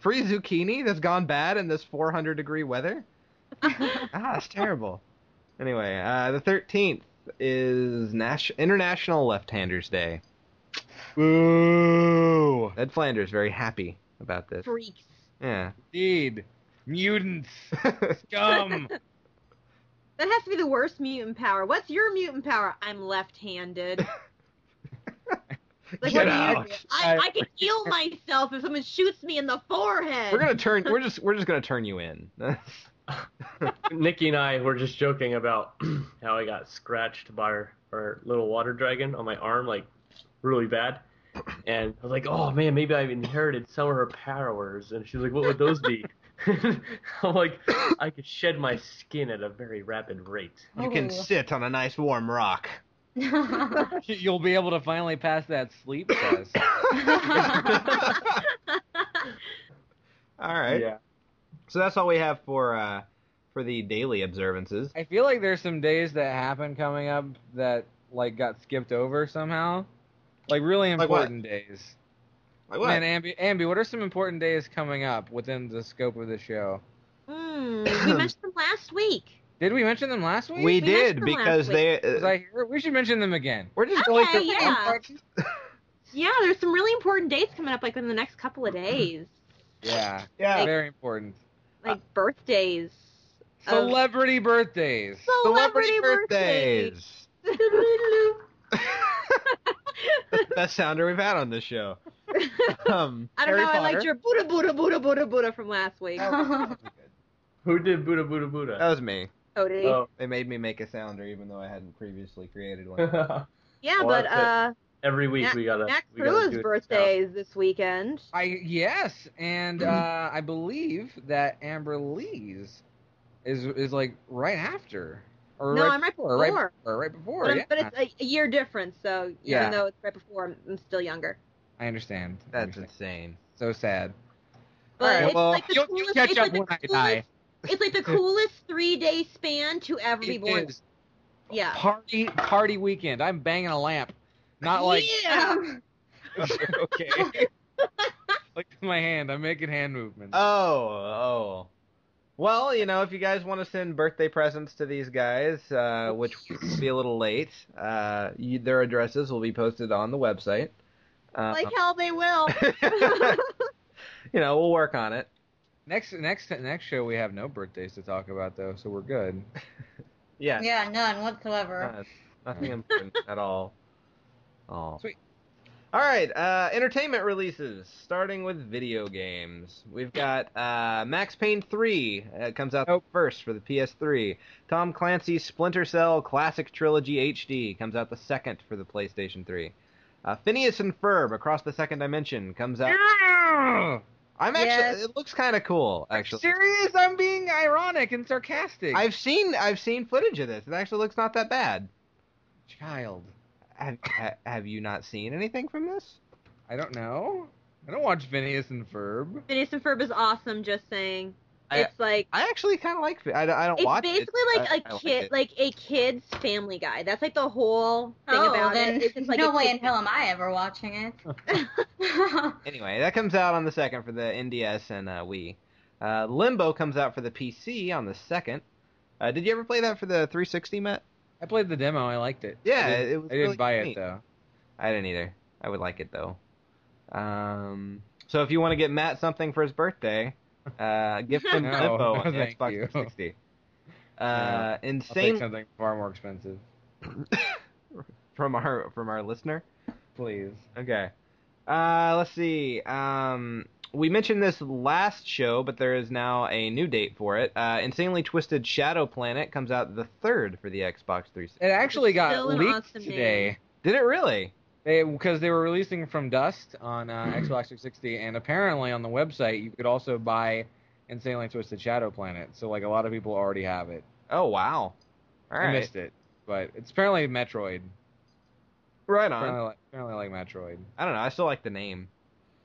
Speaker 5: Free zucchini that's gone bad in this 400 degree weather? ah, that's terrible." Anyway, uh, the 13th is Nash- International Left Handers Day.
Speaker 6: Boo!
Speaker 5: Ed Flanders very happy about this.
Speaker 4: Freaks.
Speaker 5: Yeah.
Speaker 6: Indeed, mutants, scum.
Speaker 4: That has to be the worst mutant power. What's your mutant power? I'm left-handed. Like,
Speaker 5: Get
Speaker 4: what do you
Speaker 5: out.
Speaker 4: do? I, I can heal myself if someone shoots me in the forehead.
Speaker 5: We're gonna turn. We're just. We're just gonna turn you in.
Speaker 2: Nikki and I were just joking about how I got scratched by our, our little water dragon on my arm, like really bad. And I was like, oh man, maybe I've inherited some of her powers. And she was like, what would those be? I'm like, I could shed my skin at a very rapid rate.
Speaker 5: you can sit on a nice warm rock.
Speaker 6: You'll be able to finally pass that sleep test.
Speaker 5: All right.
Speaker 2: Yeah.
Speaker 5: So that's all we have for uh, for the daily observances.
Speaker 6: I feel like there's some days that happen coming up that like got skipped over somehow, like really
Speaker 5: Like what?
Speaker 6: important days. Man, Ambi, Ambi, what are some important days coming up within the scope of the show?
Speaker 4: Hmm, we mentioned them last week.
Speaker 6: Did we mention them last week?
Speaker 5: we, did
Speaker 4: mentioned them
Speaker 5: because
Speaker 4: last
Speaker 5: they. uh,
Speaker 6: Was I here? We should mention them again.
Speaker 5: we're just going
Speaker 4: Okay,
Speaker 5: through.
Speaker 4: yeah. Yeah, there's some really important dates coming up, like in the next couple of days,
Speaker 6: Yeah,
Speaker 5: Yeah.
Speaker 6: very important.
Speaker 4: like birthdays. of-
Speaker 6: Celebrity birthdays.
Speaker 4: Celebrity
Speaker 5: birthdays.
Speaker 4: birthdays.
Speaker 5: Best sounder we've had on this show. Um,
Speaker 4: I don't
Speaker 5: Harry
Speaker 4: know. I
Speaker 5: Potter.
Speaker 4: liked your Buddha, Buddha, Buddha, Buddha, Buddha from last week,
Speaker 5: Oh,
Speaker 2: Oh. Who did Buddha Buddha Buddha?
Speaker 5: That was me.
Speaker 4: Cody.
Speaker 2: Oh.
Speaker 5: They made Oh, me make a sounder, even though I hadn't previously created one.
Speaker 4: yeah,
Speaker 2: well,
Speaker 4: but
Speaker 2: that's it.
Speaker 4: uh,
Speaker 2: Oh. Every week
Speaker 4: Matt-
Speaker 2: we gotta.
Speaker 4: Max
Speaker 2: we gotta do
Speaker 4: Perua's
Speaker 2: it.
Speaker 4: birthday is this weekend.
Speaker 6: I yes, and uh, I believe that Amber Lee's is is like right after. Or
Speaker 4: No, I'm right
Speaker 6: before, right
Speaker 4: before.
Speaker 6: before, right before.
Speaker 4: But, I'm-
Speaker 6: yeah.
Speaker 4: but it's a, a year difference, so even
Speaker 6: Yeah.
Speaker 4: though it's right before, I'm, I'm still younger.
Speaker 6: I understand. I
Speaker 5: That's
Speaker 6: understand.
Speaker 5: insane.
Speaker 6: so sad.
Speaker 4: But
Speaker 5: Alright,
Speaker 4: it's
Speaker 5: well,
Speaker 4: like the
Speaker 6: you'll- you'll
Speaker 4: coolest.
Speaker 6: catch
Speaker 4: it's
Speaker 6: up
Speaker 4: like the
Speaker 6: when I
Speaker 4: coolest- It's like the coolest three day span to ever be
Speaker 6: It
Speaker 4: born.
Speaker 6: is.
Speaker 4: Yeah.
Speaker 6: Party party weekend. I'm banging a lamp. Not like
Speaker 4: yeah.
Speaker 6: okay. Uh, like with my hand. I'm making hand movements.
Speaker 5: Oh, oh. Well, you know, if you guys want to send birthday presents to these guys, uh, which will be a little late, uh, you, their addresses will be posted on the website. Uh,
Speaker 4: like hell they will.
Speaker 5: you know, we'll work on it.
Speaker 6: Next next next show we have no birthdays to talk about though, so we're good.
Speaker 5: Yeah,
Speaker 3: Yeah, none whatsoever.
Speaker 5: uh, nothing important at all. Oh.
Speaker 6: Sweet.
Speaker 5: All right, uh, entertainment releases, starting with video games. We've got uh, Max Payne 3 uh, comes out
Speaker 6: Nope.
Speaker 5: first for the PS3. Tom Clancy's Splinter Cell Classic Trilogy HD comes out the second for the PlayStation 3. Uh, Phineas and Ferb Across the Second Dimension comes out.
Speaker 6: Are
Speaker 5: I'm actually.
Speaker 3: Yes.
Speaker 5: It looks kind of cool,
Speaker 6: you
Speaker 5: actually.
Speaker 6: serious? I'm being ironic and sarcastic.
Speaker 5: I've seen I've seen footage of this. It actually looks not that bad.
Speaker 6: child.
Speaker 5: Have, ha, have you not seen anything from this?
Speaker 6: I don't know. I don't watch Phineas and Ferb.
Speaker 4: Phineas and Ferb is awesome. Just saying,
Speaker 5: I-
Speaker 4: it's like
Speaker 5: I actually kind of like. it. I, don't- I don't
Speaker 4: it's
Speaker 5: watch it.
Speaker 4: basically like
Speaker 5: I-
Speaker 4: a
Speaker 5: I like
Speaker 4: kid,
Speaker 5: it.
Speaker 4: like, a kid's Family Guy. That's like the whole thing
Speaker 3: oh,
Speaker 4: about
Speaker 3: then
Speaker 4: it. It's just like
Speaker 3: no
Speaker 4: a
Speaker 3: way
Speaker 4: kid's
Speaker 3: in hell am
Speaker 4: family.
Speaker 3: I ever watching it.
Speaker 5: Anyway, that comes out on the second for the NDS and uh, Wii. Uh, Limbo comes out for the PC on the second. Uh, did you ever play that for the 360, Matt?
Speaker 6: I played the demo. I liked it.
Speaker 5: Yeah,
Speaker 6: I didn't,
Speaker 5: it was
Speaker 6: I didn't
Speaker 5: really
Speaker 6: buy
Speaker 5: neat.
Speaker 6: it though.
Speaker 5: I didn't either. I would like it though. Um, so if you want to get Matt something for his birthday, uh, gift him
Speaker 6: No,
Speaker 5: Limbo
Speaker 6: no,
Speaker 5: on the
Speaker 6: thank
Speaker 5: Xbox
Speaker 6: you.
Speaker 5: 360. Uh,
Speaker 6: Yeah, I'll take
Speaker 5: insane
Speaker 6: something far more expensive,
Speaker 5: from our from our listener.
Speaker 6: please.
Speaker 5: Okay. Uh, let's see. Um, we mentioned this last show, but there is now a new date for it. Uh, Insanely Twisted Shadow Planet comes out the third for the Xbox 360.
Speaker 6: It actually got
Speaker 4: still an
Speaker 6: leaked
Speaker 4: awesome name.
Speaker 6: today.
Speaker 5: Did it really?
Speaker 6: They because they were releasing From Dust on uh, Xbox 360, and apparently on the website you could also buy Insanely Twisted Shadow Planet. So like a lot of people already have it.
Speaker 5: Oh wow! All
Speaker 6: I
Speaker 5: right,
Speaker 6: missed it, but it's apparently Metroid.
Speaker 5: right on.
Speaker 6: Apparently, like, apparently like Metroid.
Speaker 5: I don't know. I still like the name.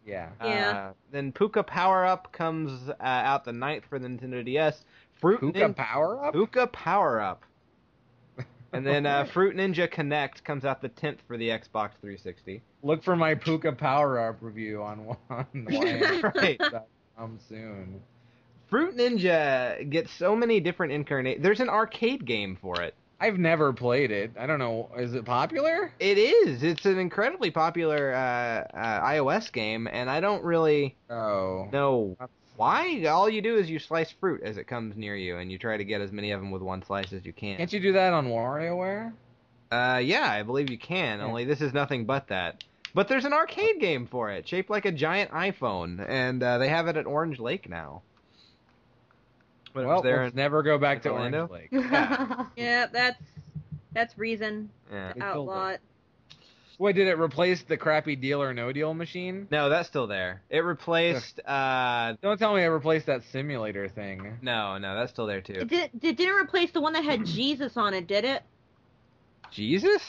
Speaker 6: Yeah.
Speaker 5: Uh,
Speaker 4: Yeah.
Speaker 5: then Puka Power Up comes uh, out the ninth for the Nintendo DS. Fruit
Speaker 6: Puka
Speaker 5: Nin-
Speaker 6: Power Up.
Speaker 5: Puka Power Up. And then uh, Fruit Ninja Connect comes out the tenth for the Xbox 360.
Speaker 6: Look for my Puka Power Up review on on the
Speaker 5: Right.
Speaker 6: come soon.
Speaker 5: Fruit Ninja gets so many different incarnate. There's an arcade game for it.
Speaker 6: I've never played it. I don't know. Is it popular?
Speaker 5: It is. It's an incredibly popular uh, uh, iOS game, and I don't really
Speaker 6: Oh.
Speaker 5: know why. All you do is you slice fruit as it comes near you, and you try to get as many of them with one slice as you can.
Speaker 6: Can't you do that on WarioWare?
Speaker 5: Uh, yeah, I believe you can.
Speaker 6: Yeah.
Speaker 5: Only this is nothing but that. But there's an arcade game for it, shaped like a giant iPhone, and uh, they have it at Orange Lake now. But it was
Speaker 6: well,
Speaker 5: there
Speaker 6: let's
Speaker 5: in-
Speaker 6: never go back to
Speaker 5: Orlando?
Speaker 6: Orange Lake.
Speaker 5: Yeah.
Speaker 4: Yeah, that's that's reason
Speaker 5: yeah.
Speaker 6: They
Speaker 4: to
Speaker 6: killed
Speaker 4: outlaw it.
Speaker 6: Wait, did it replace the crappy deal or no deal machine?
Speaker 5: No, that's still there. It replaced. Uh,
Speaker 6: Don't tell me it replaced that simulator thing.
Speaker 5: no, no, that's still there too.
Speaker 4: It, did, it didn't replace the one that had Jesus on it, did it?
Speaker 5: Jesus?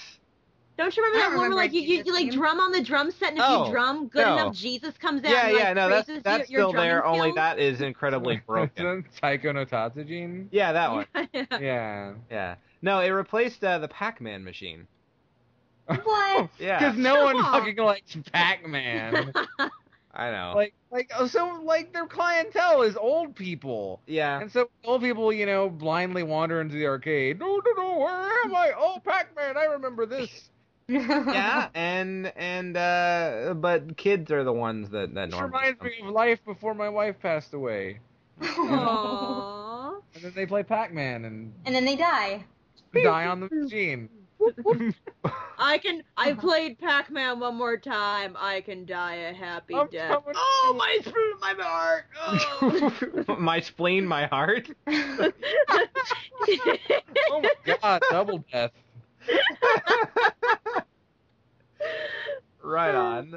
Speaker 4: Don't you
Speaker 3: I
Speaker 4: remember
Speaker 3: don't
Speaker 4: that one where
Speaker 3: remember
Speaker 4: like you, you,
Speaker 3: Jesus
Speaker 4: you like
Speaker 3: name.
Speaker 4: drum on the drum set and if
Speaker 5: Oh,
Speaker 4: you drum good
Speaker 5: no.
Speaker 4: enough, Jesus comes out.
Speaker 5: Yeah,
Speaker 4: and, like,
Speaker 5: yeah, no, that's
Speaker 4: praises
Speaker 5: that's
Speaker 4: your, your
Speaker 5: still there.
Speaker 4: drumming
Speaker 5: Only
Speaker 4: skills?
Speaker 5: that is incredibly broken.
Speaker 6: Isn't Taiko no Tatsujin?
Speaker 5: yeah, that one.
Speaker 6: Yeah.
Speaker 5: Yeah. No, it replaced uh, the Pac-Man machine.
Speaker 3: what?
Speaker 5: Yeah,
Speaker 6: Because no one
Speaker 4: Come on.
Speaker 6: fucking likes Pac-Man.
Speaker 5: I know.
Speaker 6: like, like, oh, so like their clientele is old people.
Speaker 5: yeah,
Speaker 6: And so old people, you know, blindly wander into the arcade. No, no, no, where am I? Oh, Pac-Man, I remember this.
Speaker 5: yeah, and and uh, but kids are the ones that that
Speaker 6: This
Speaker 5: normally.
Speaker 6: reminds me of life before my wife passed away.
Speaker 4: Aw.
Speaker 6: And then they play Pac-Man and
Speaker 3: And then they die.
Speaker 6: die on the machine.
Speaker 4: I can. I played Pac-Man one more time. I can die a happy
Speaker 6: I'm
Speaker 4: death.
Speaker 6: coming.
Speaker 4: Oh my spoon, my heart. Oh.
Speaker 5: my spleen, my heart.
Speaker 6: Oh my god, double death.
Speaker 5: Right on.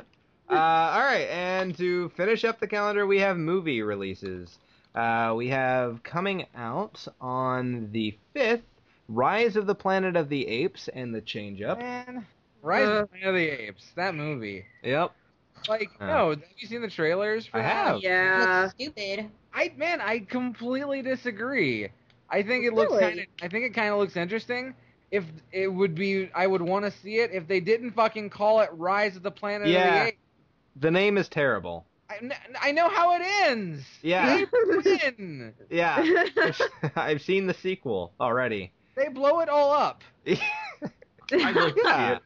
Speaker 5: Uh, all right, and to finish up the calendar, we have movie releases. Uh, we have coming out on the fifth, Rise of the Planet of the Apes and the Change Up.
Speaker 6: Man. Rise
Speaker 5: Uh.
Speaker 6: of the Planet of the Apes, that movie.
Speaker 5: Yep.
Speaker 6: Like,
Speaker 5: Uh.
Speaker 6: no, have you seen the trailers for
Speaker 5: I
Speaker 6: that?
Speaker 5: have.
Speaker 4: yeah.
Speaker 3: Looks stupid.
Speaker 6: I man, I completely disagree. I think it looks
Speaker 4: Really?
Speaker 6: kind of. I think it kind of looks interesting. if it would be, I would want to see it if they didn't fucking call it Rise of the Planet of
Speaker 5: Yeah.
Speaker 6: the Apes.
Speaker 5: The name is terrible.
Speaker 6: I, kn- I know how it ends.
Speaker 5: Yeah.
Speaker 6: They win.
Speaker 5: Yeah. I've seen the sequel already.
Speaker 6: They blow it all up.
Speaker 2: I'd like to see
Speaker 5: Yeah.
Speaker 2: it.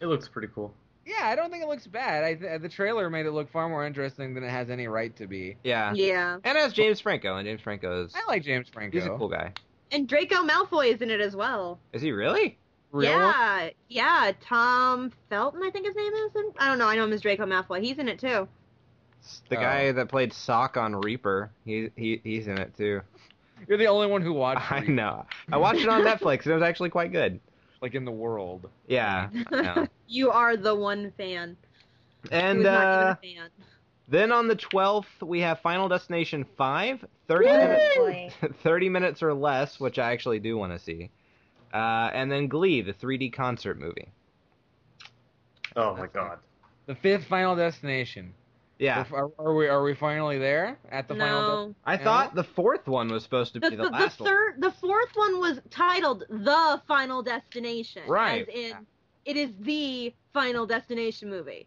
Speaker 2: It looks pretty cool.
Speaker 6: Yeah, I don't think it looks bad. I th- the trailer made it look far more interesting than it has any right to be.
Speaker 5: Yeah.
Speaker 4: yeah.
Speaker 5: And as James Franco, and James Franco is
Speaker 6: I like James Franco.
Speaker 5: he's a cool guy.
Speaker 4: And Draco Malfoy is in it as well.
Speaker 5: Is he really?
Speaker 6: Real?
Speaker 4: Yeah, yeah. Tom Felton, I think his name is. And- I don't know. I know him as Draco Malfoy. He's in it too.
Speaker 5: It's the
Speaker 6: Oh.
Speaker 5: guy that played Sock on Reaper. He he he's in it too.
Speaker 6: You're the only one who watched
Speaker 5: I
Speaker 6: it,
Speaker 5: know. I watched it on Netflix and it was actually quite good.
Speaker 6: like in the world.
Speaker 5: Yeah. I know.
Speaker 4: You are the one fan. Who
Speaker 5: And
Speaker 4: is not even
Speaker 5: uh,
Speaker 4: a fan.
Speaker 5: then on the 12th, we have Final Destination 5, 30 minutes
Speaker 3: boy.
Speaker 5: 30 minutes or less, which I actually do want to see. Uh, and then Glee, the 3D concert movie.
Speaker 2: Oh my god.
Speaker 6: The fifth Final Destination.
Speaker 5: Yeah.
Speaker 6: Are, are we are we finally there at the final?
Speaker 4: no,
Speaker 5: I
Speaker 6: Yeah.
Speaker 5: thought the fourth one was supposed to
Speaker 4: the,
Speaker 5: be the
Speaker 4: the- the
Speaker 5: last one.
Speaker 4: third, the fourth one was titled "The Final Destination."
Speaker 5: Right.
Speaker 4: As in, it is the Final Destination movie,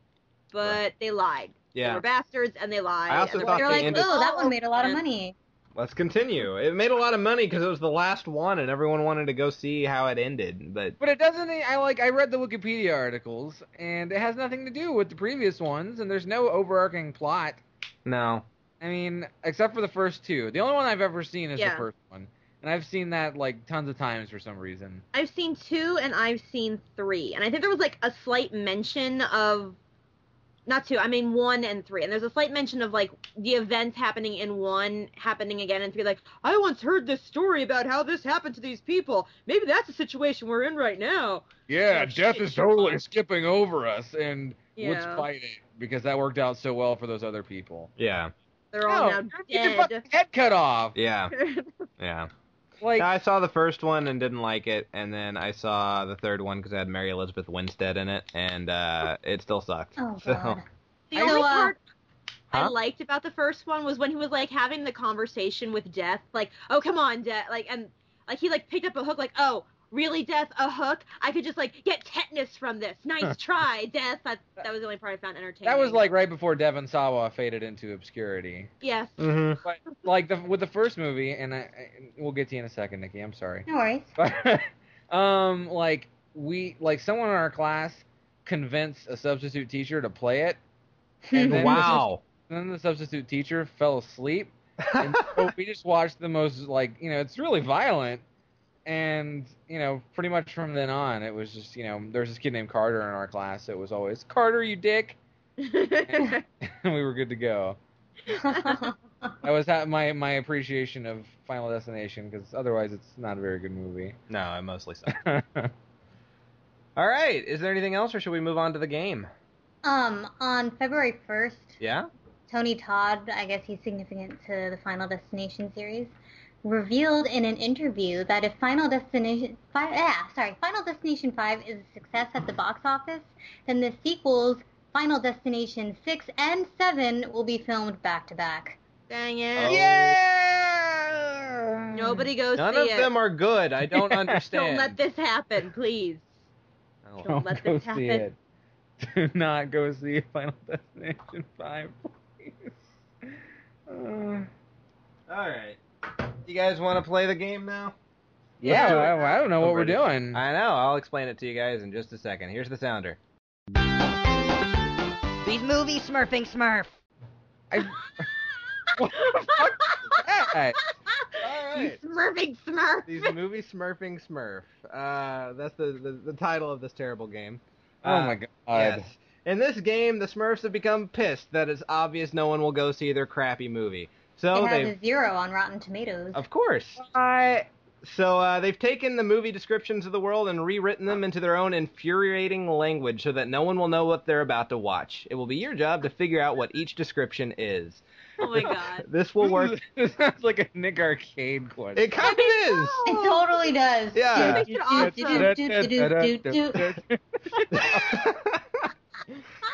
Speaker 4: but they lied. They
Speaker 5: Yeah.
Speaker 4: were bastards, and they lied.
Speaker 5: I also
Speaker 4: and
Speaker 5: thought
Speaker 3: They're
Speaker 5: they
Speaker 3: like,
Speaker 5: ended-
Speaker 3: oh, that one made a lot of money.
Speaker 5: Let's continue. It made a lot of money because it was the last one and everyone wanted to go see how it ended. But
Speaker 6: But it doesn't. I like. I read the Wikipedia articles, and it has nothing to do with the previous ones, and there's no overarching plot.
Speaker 5: no.
Speaker 6: I mean, except for the first two. The only one I've ever seen is
Speaker 4: Yeah.
Speaker 6: the first one, and I've seen that like tons of times for some reason.
Speaker 4: I've seen two and I've seen three. And I think there was like a slight mention of not two, I mean one and three. And there's a slight mention of like the events happening in one happening again in three. Like, I once heard this story about how this happened to these people. Maybe that's the situation we're in right now.
Speaker 6: Yeah,
Speaker 4: Oh, death shit, is you're totally fine.
Speaker 6: skipping over us, and let's
Speaker 4: Yeah.
Speaker 6: fight it because that worked out so well for those other people.
Speaker 5: Yeah.
Speaker 4: They're all now
Speaker 6: No, Get your
Speaker 4: dead.
Speaker 6: fucking head cut off.
Speaker 5: Yeah. Yeah.
Speaker 6: Like,
Speaker 5: I saw the first one and didn't like it. And then I saw the third one because it had Mary Elizabeth Winstead in it. And uh, it still sucked.
Speaker 3: Oh,
Speaker 5: So-
Speaker 3: God.
Speaker 4: The
Speaker 3: I
Speaker 4: only
Speaker 3: know, uh,
Speaker 4: part I
Speaker 5: Huh?
Speaker 4: liked about the first one was when he was like having the conversation with Death, like, "Oh, come on, Death," like, and like he like picked up a hook, like, "Oh, really, Death? A hook? I could just like get tetanus from this. Nice try, Death." That that was the only part I found entertaining.
Speaker 6: that was like right before Devon Sawa faded into obscurity.
Speaker 4: yes,
Speaker 5: Mhm.
Speaker 6: But like the, with the first movie, and I, I, we'll get to you in a second, Nikki. I'm sorry.
Speaker 3: No worries.
Speaker 6: um, like we, like someone in our class convinced a substitute teacher to play it, and then,
Speaker 5: Wow.
Speaker 6: the, then the substitute teacher fell asleep, and so we just watched the most like you know it's really violent, and you know pretty much from then on it was just you know there was this kid named Carter in our class. So it was always Carter, you dick, Mm. and we were good to go. That was ha- my my appreciation of Final Destination because otherwise it's not a very good movie.
Speaker 5: no, it mostly sucked. All right. Is there anything else or should we move on to the game?
Speaker 3: um, on February 1st,
Speaker 5: Yeah?
Speaker 3: Tony Todd, I guess he's significant to the Final Destination series, revealed in an interview that if Final Destination five, ah, sorry, Final Destination 5 is a success at the box office, then the sequels Final Destination 6 and 7 will be filmed back to back.
Speaker 4: dang
Speaker 5: Oh.
Speaker 4: it.
Speaker 5: Yeah.
Speaker 4: Nobody goes
Speaker 5: None
Speaker 4: see
Speaker 5: of
Speaker 4: it.
Speaker 5: them are good. I don't
Speaker 4: Don't
Speaker 5: understand.
Speaker 4: let this happen, please.
Speaker 5: Oh.
Speaker 4: Don't let
Speaker 6: go
Speaker 4: this
Speaker 6: see it.
Speaker 4: happen.
Speaker 6: Do not go see Final Destination Five, please. Uh,
Speaker 5: All right. You guys want to play the game now?
Speaker 6: yeah,
Speaker 4: do it.
Speaker 6: I, I don't know what we're doing.
Speaker 5: I know. I'll explain it to you guys in just a second. Here's the sounder.
Speaker 8: He's movie smurfing Smurf.
Speaker 6: What the fuck is that?
Speaker 5: All
Speaker 4: You Smurfing Smurf.
Speaker 5: These movie smurfing smurf. Uh, that's the, the the title of this terrible game.
Speaker 6: Oh
Speaker 5: Uh,
Speaker 6: my god.
Speaker 5: Yes. In this game, the Smurfs have become pissed that it's obvious no one will go see their crappy movie. So
Speaker 3: it has
Speaker 5: they,
Speaker 3: a zero on Rotten Tomatoes.
Speaker 5: of course.
Speaker 6: I-
Speaker 5: So uh, they've taken the movie descriptions of the world and rewritten them into their own infuriating language so that no one will know what they're about to watch. It will be your job to figure out what each description is.
Speaker 4: Oh my god.
Speaker 5: This will work.
Speaker 6: This sounds like a Nick Arcade question.
Speaker 5: It kind of is.
Speaker 3: It
Speaker 4: Oh.
Speaker 3: totally does.
Speaker 5: Yeah.
Speaker 4: It makes it awesome.
Speaker 5: Uh,
Speaker 3: do, do, do, do, do, do, do.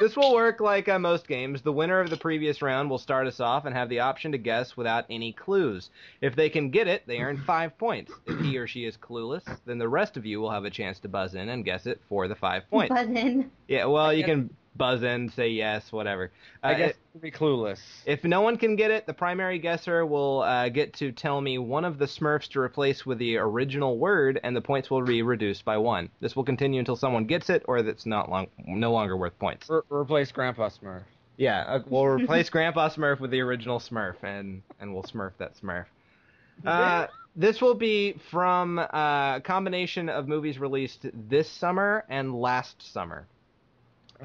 Speaker 5: This will work like uh, most games. The winner of the previous round will start us off and have the option to guess without any clues. If they can get it, they earn five points. If he or she is clueless, then the rest of you will have a chance to buzz in and guess it for the five points.
Speaker 3: Buzz in.
Speaker 5: Yeah, well,
Speaker 6: I
Speaker 5: you
Speaker 6: guess-
Speaker 5: can buzz in, say yes, whatever. Uh,
Speaker 6: I guess to be clueless.
Speaker 5: If no one can get it, the primary guesser will uh, get to tell me one of the Smurfs to replace with the original word, and the points will be reduced by one. This will continue until someone gets it, or that's not long, no longer worth points.
Speaker 6: Re- replace Grandpa Smurf.
Speaker 5: Yeah, uh, we'll replace Grandpa Smurf with the original Smurf, and and we'll Smurf that Smurf. Uh, this will be from uh, a combination of movies released this summer and last summer.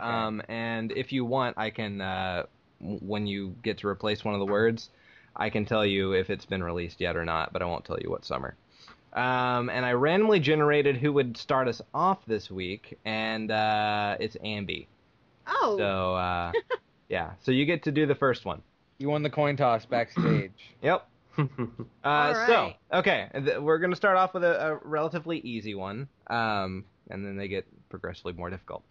Speaker 5: Um, and if you want, I can uh, w- when you get to replace one of the words, I can tell you if it's been released yet or not, but I won't tell you what summer. Um, and I randomly generated who would start us off this week, and uh, it's Ambi.
Speaker 4: Oh,
Speaker 5: So uh, yeah, so you get to do the first one.
Speaker 6: You won the coin toss backstage.
Speaker 5: Yep. Uh,
Speaker 4: All right.
Speaker 5: So okay, th- we're gonna start off with a, a relatively easy one, um, and then they get progressively more difficult.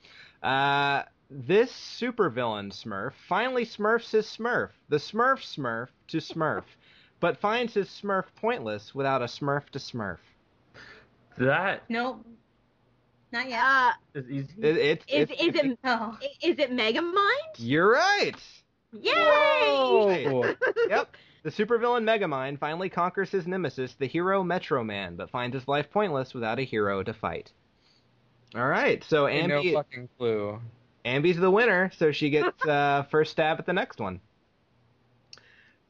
Speaker 5: Uh, this supervillain Smurf finally smurfs his Smurf, the Smurf Smurf to Smurf, but finds his Smurf pointless without a Smurf to Smurf.
Speaker 2: That
Speaker 3: Nope. Not yet.
Speaker 4: uh,
Speaker 2: is easy.
Speaker 5: It, it's-
Speaker 4: is
Speaker 5: it's-
Speaker 4: is it
Speaker 3: oh.
Speaker 4: is it Megamind?
Speaker 5: You're right.
Speaker 4: Yay! Oh,
Speaker 6: Whoa.
Speaker 5: yep. The supervillain Megamind finally conquers his nemesis, the hero Metro Man, but finds his life pointless without a hero to fight. All right, so
Speaker 6: Ain't no
Speaker 5: Ambi,
Speaker 6: fucking clue.
Speaker 5: Ambi's the winner, so she gets uh, first stab at the next one.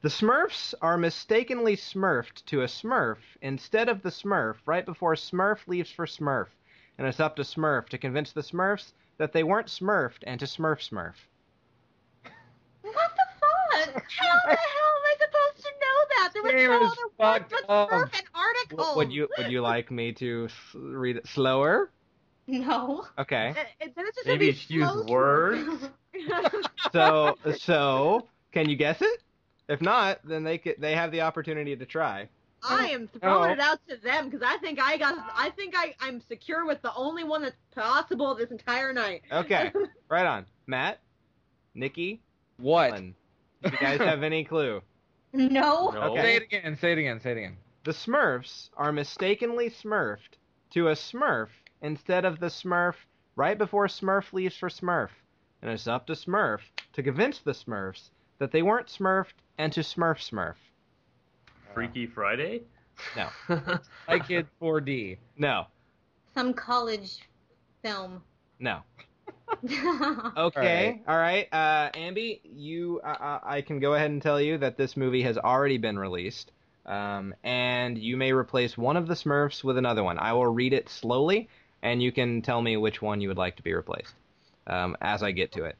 Speaker 5: The Smurfs are mistakenly smurfed to a Smurf instead of the Smurf right before Smurf leaves for Smurf, and it's up to Smurf to convince the Smurfs that they weren't smurfed and to Smurf Smurf.
Speaker 3: What the fuck?
Speaker 4: How the hell am I supposed to know that? There was
Speaker 6: This
Speaker 4: no
Speaker 6: game
Speaker 4: other
Speaker 6: is
Speaker 4: word
Speaker 6: fucked
Speaker 4: but
Speaker 6: up.
Speaker 4: Smurf and article.
Speaker 3: Oh.
Speaker 5: W- would you would you like me to s- read it slower?
Speaker 3: No.
Speaker 5: Okay.
Speaker 4: Uh, and then it's just gonna
Speaker 2: Maybe
Speaker 4: be
Speaker 2: it's used
Speaker 4: slow
Speaker 2: words.
Speaker 5: So so can you guess it? If not, then they could, they have the opportunity to try.
Speaker 4: I am throwing
Speaker 6: No.
Speaker 4: it out to them because I think I got. I think I I'm secure with the only one that's possible this entire night.
Speaker 5: Okay. Right on. Matt, Nikki,
Speaker 6: What?
Speaker 5: Ellen. Do you guys have any clue?
Speaker 3: No.
Speaker 2: No.
Speaker 5: Okay.
Speaker 6: Say it again. Say it again. Say it again.
Speaker 5: The Smurfs are mistakenly smurfed to a smurf instead of the smurf right before Smurf leaves for Smurf. And it's up to Smurf to convince the Smurfs that they weren't smurfed and to smurf smurf.
Speaker 2: Freaky Friday.
Speaker 5: No.
Speaker 6: My Kid 4D.
Speaker 5: No.
Speaker 3: Some college film.
Speaker 5: No.
Speaker 3: oh,
Speaker 5: Okay, all right. Uh, Ambi, you, uh, uh, I can go ahead and tell you that this movie has already been released, um, and you may replace one of the Smurfs with another one. I will read it slowly, and you can tell me which one you would like to be replaced um, as I get to it.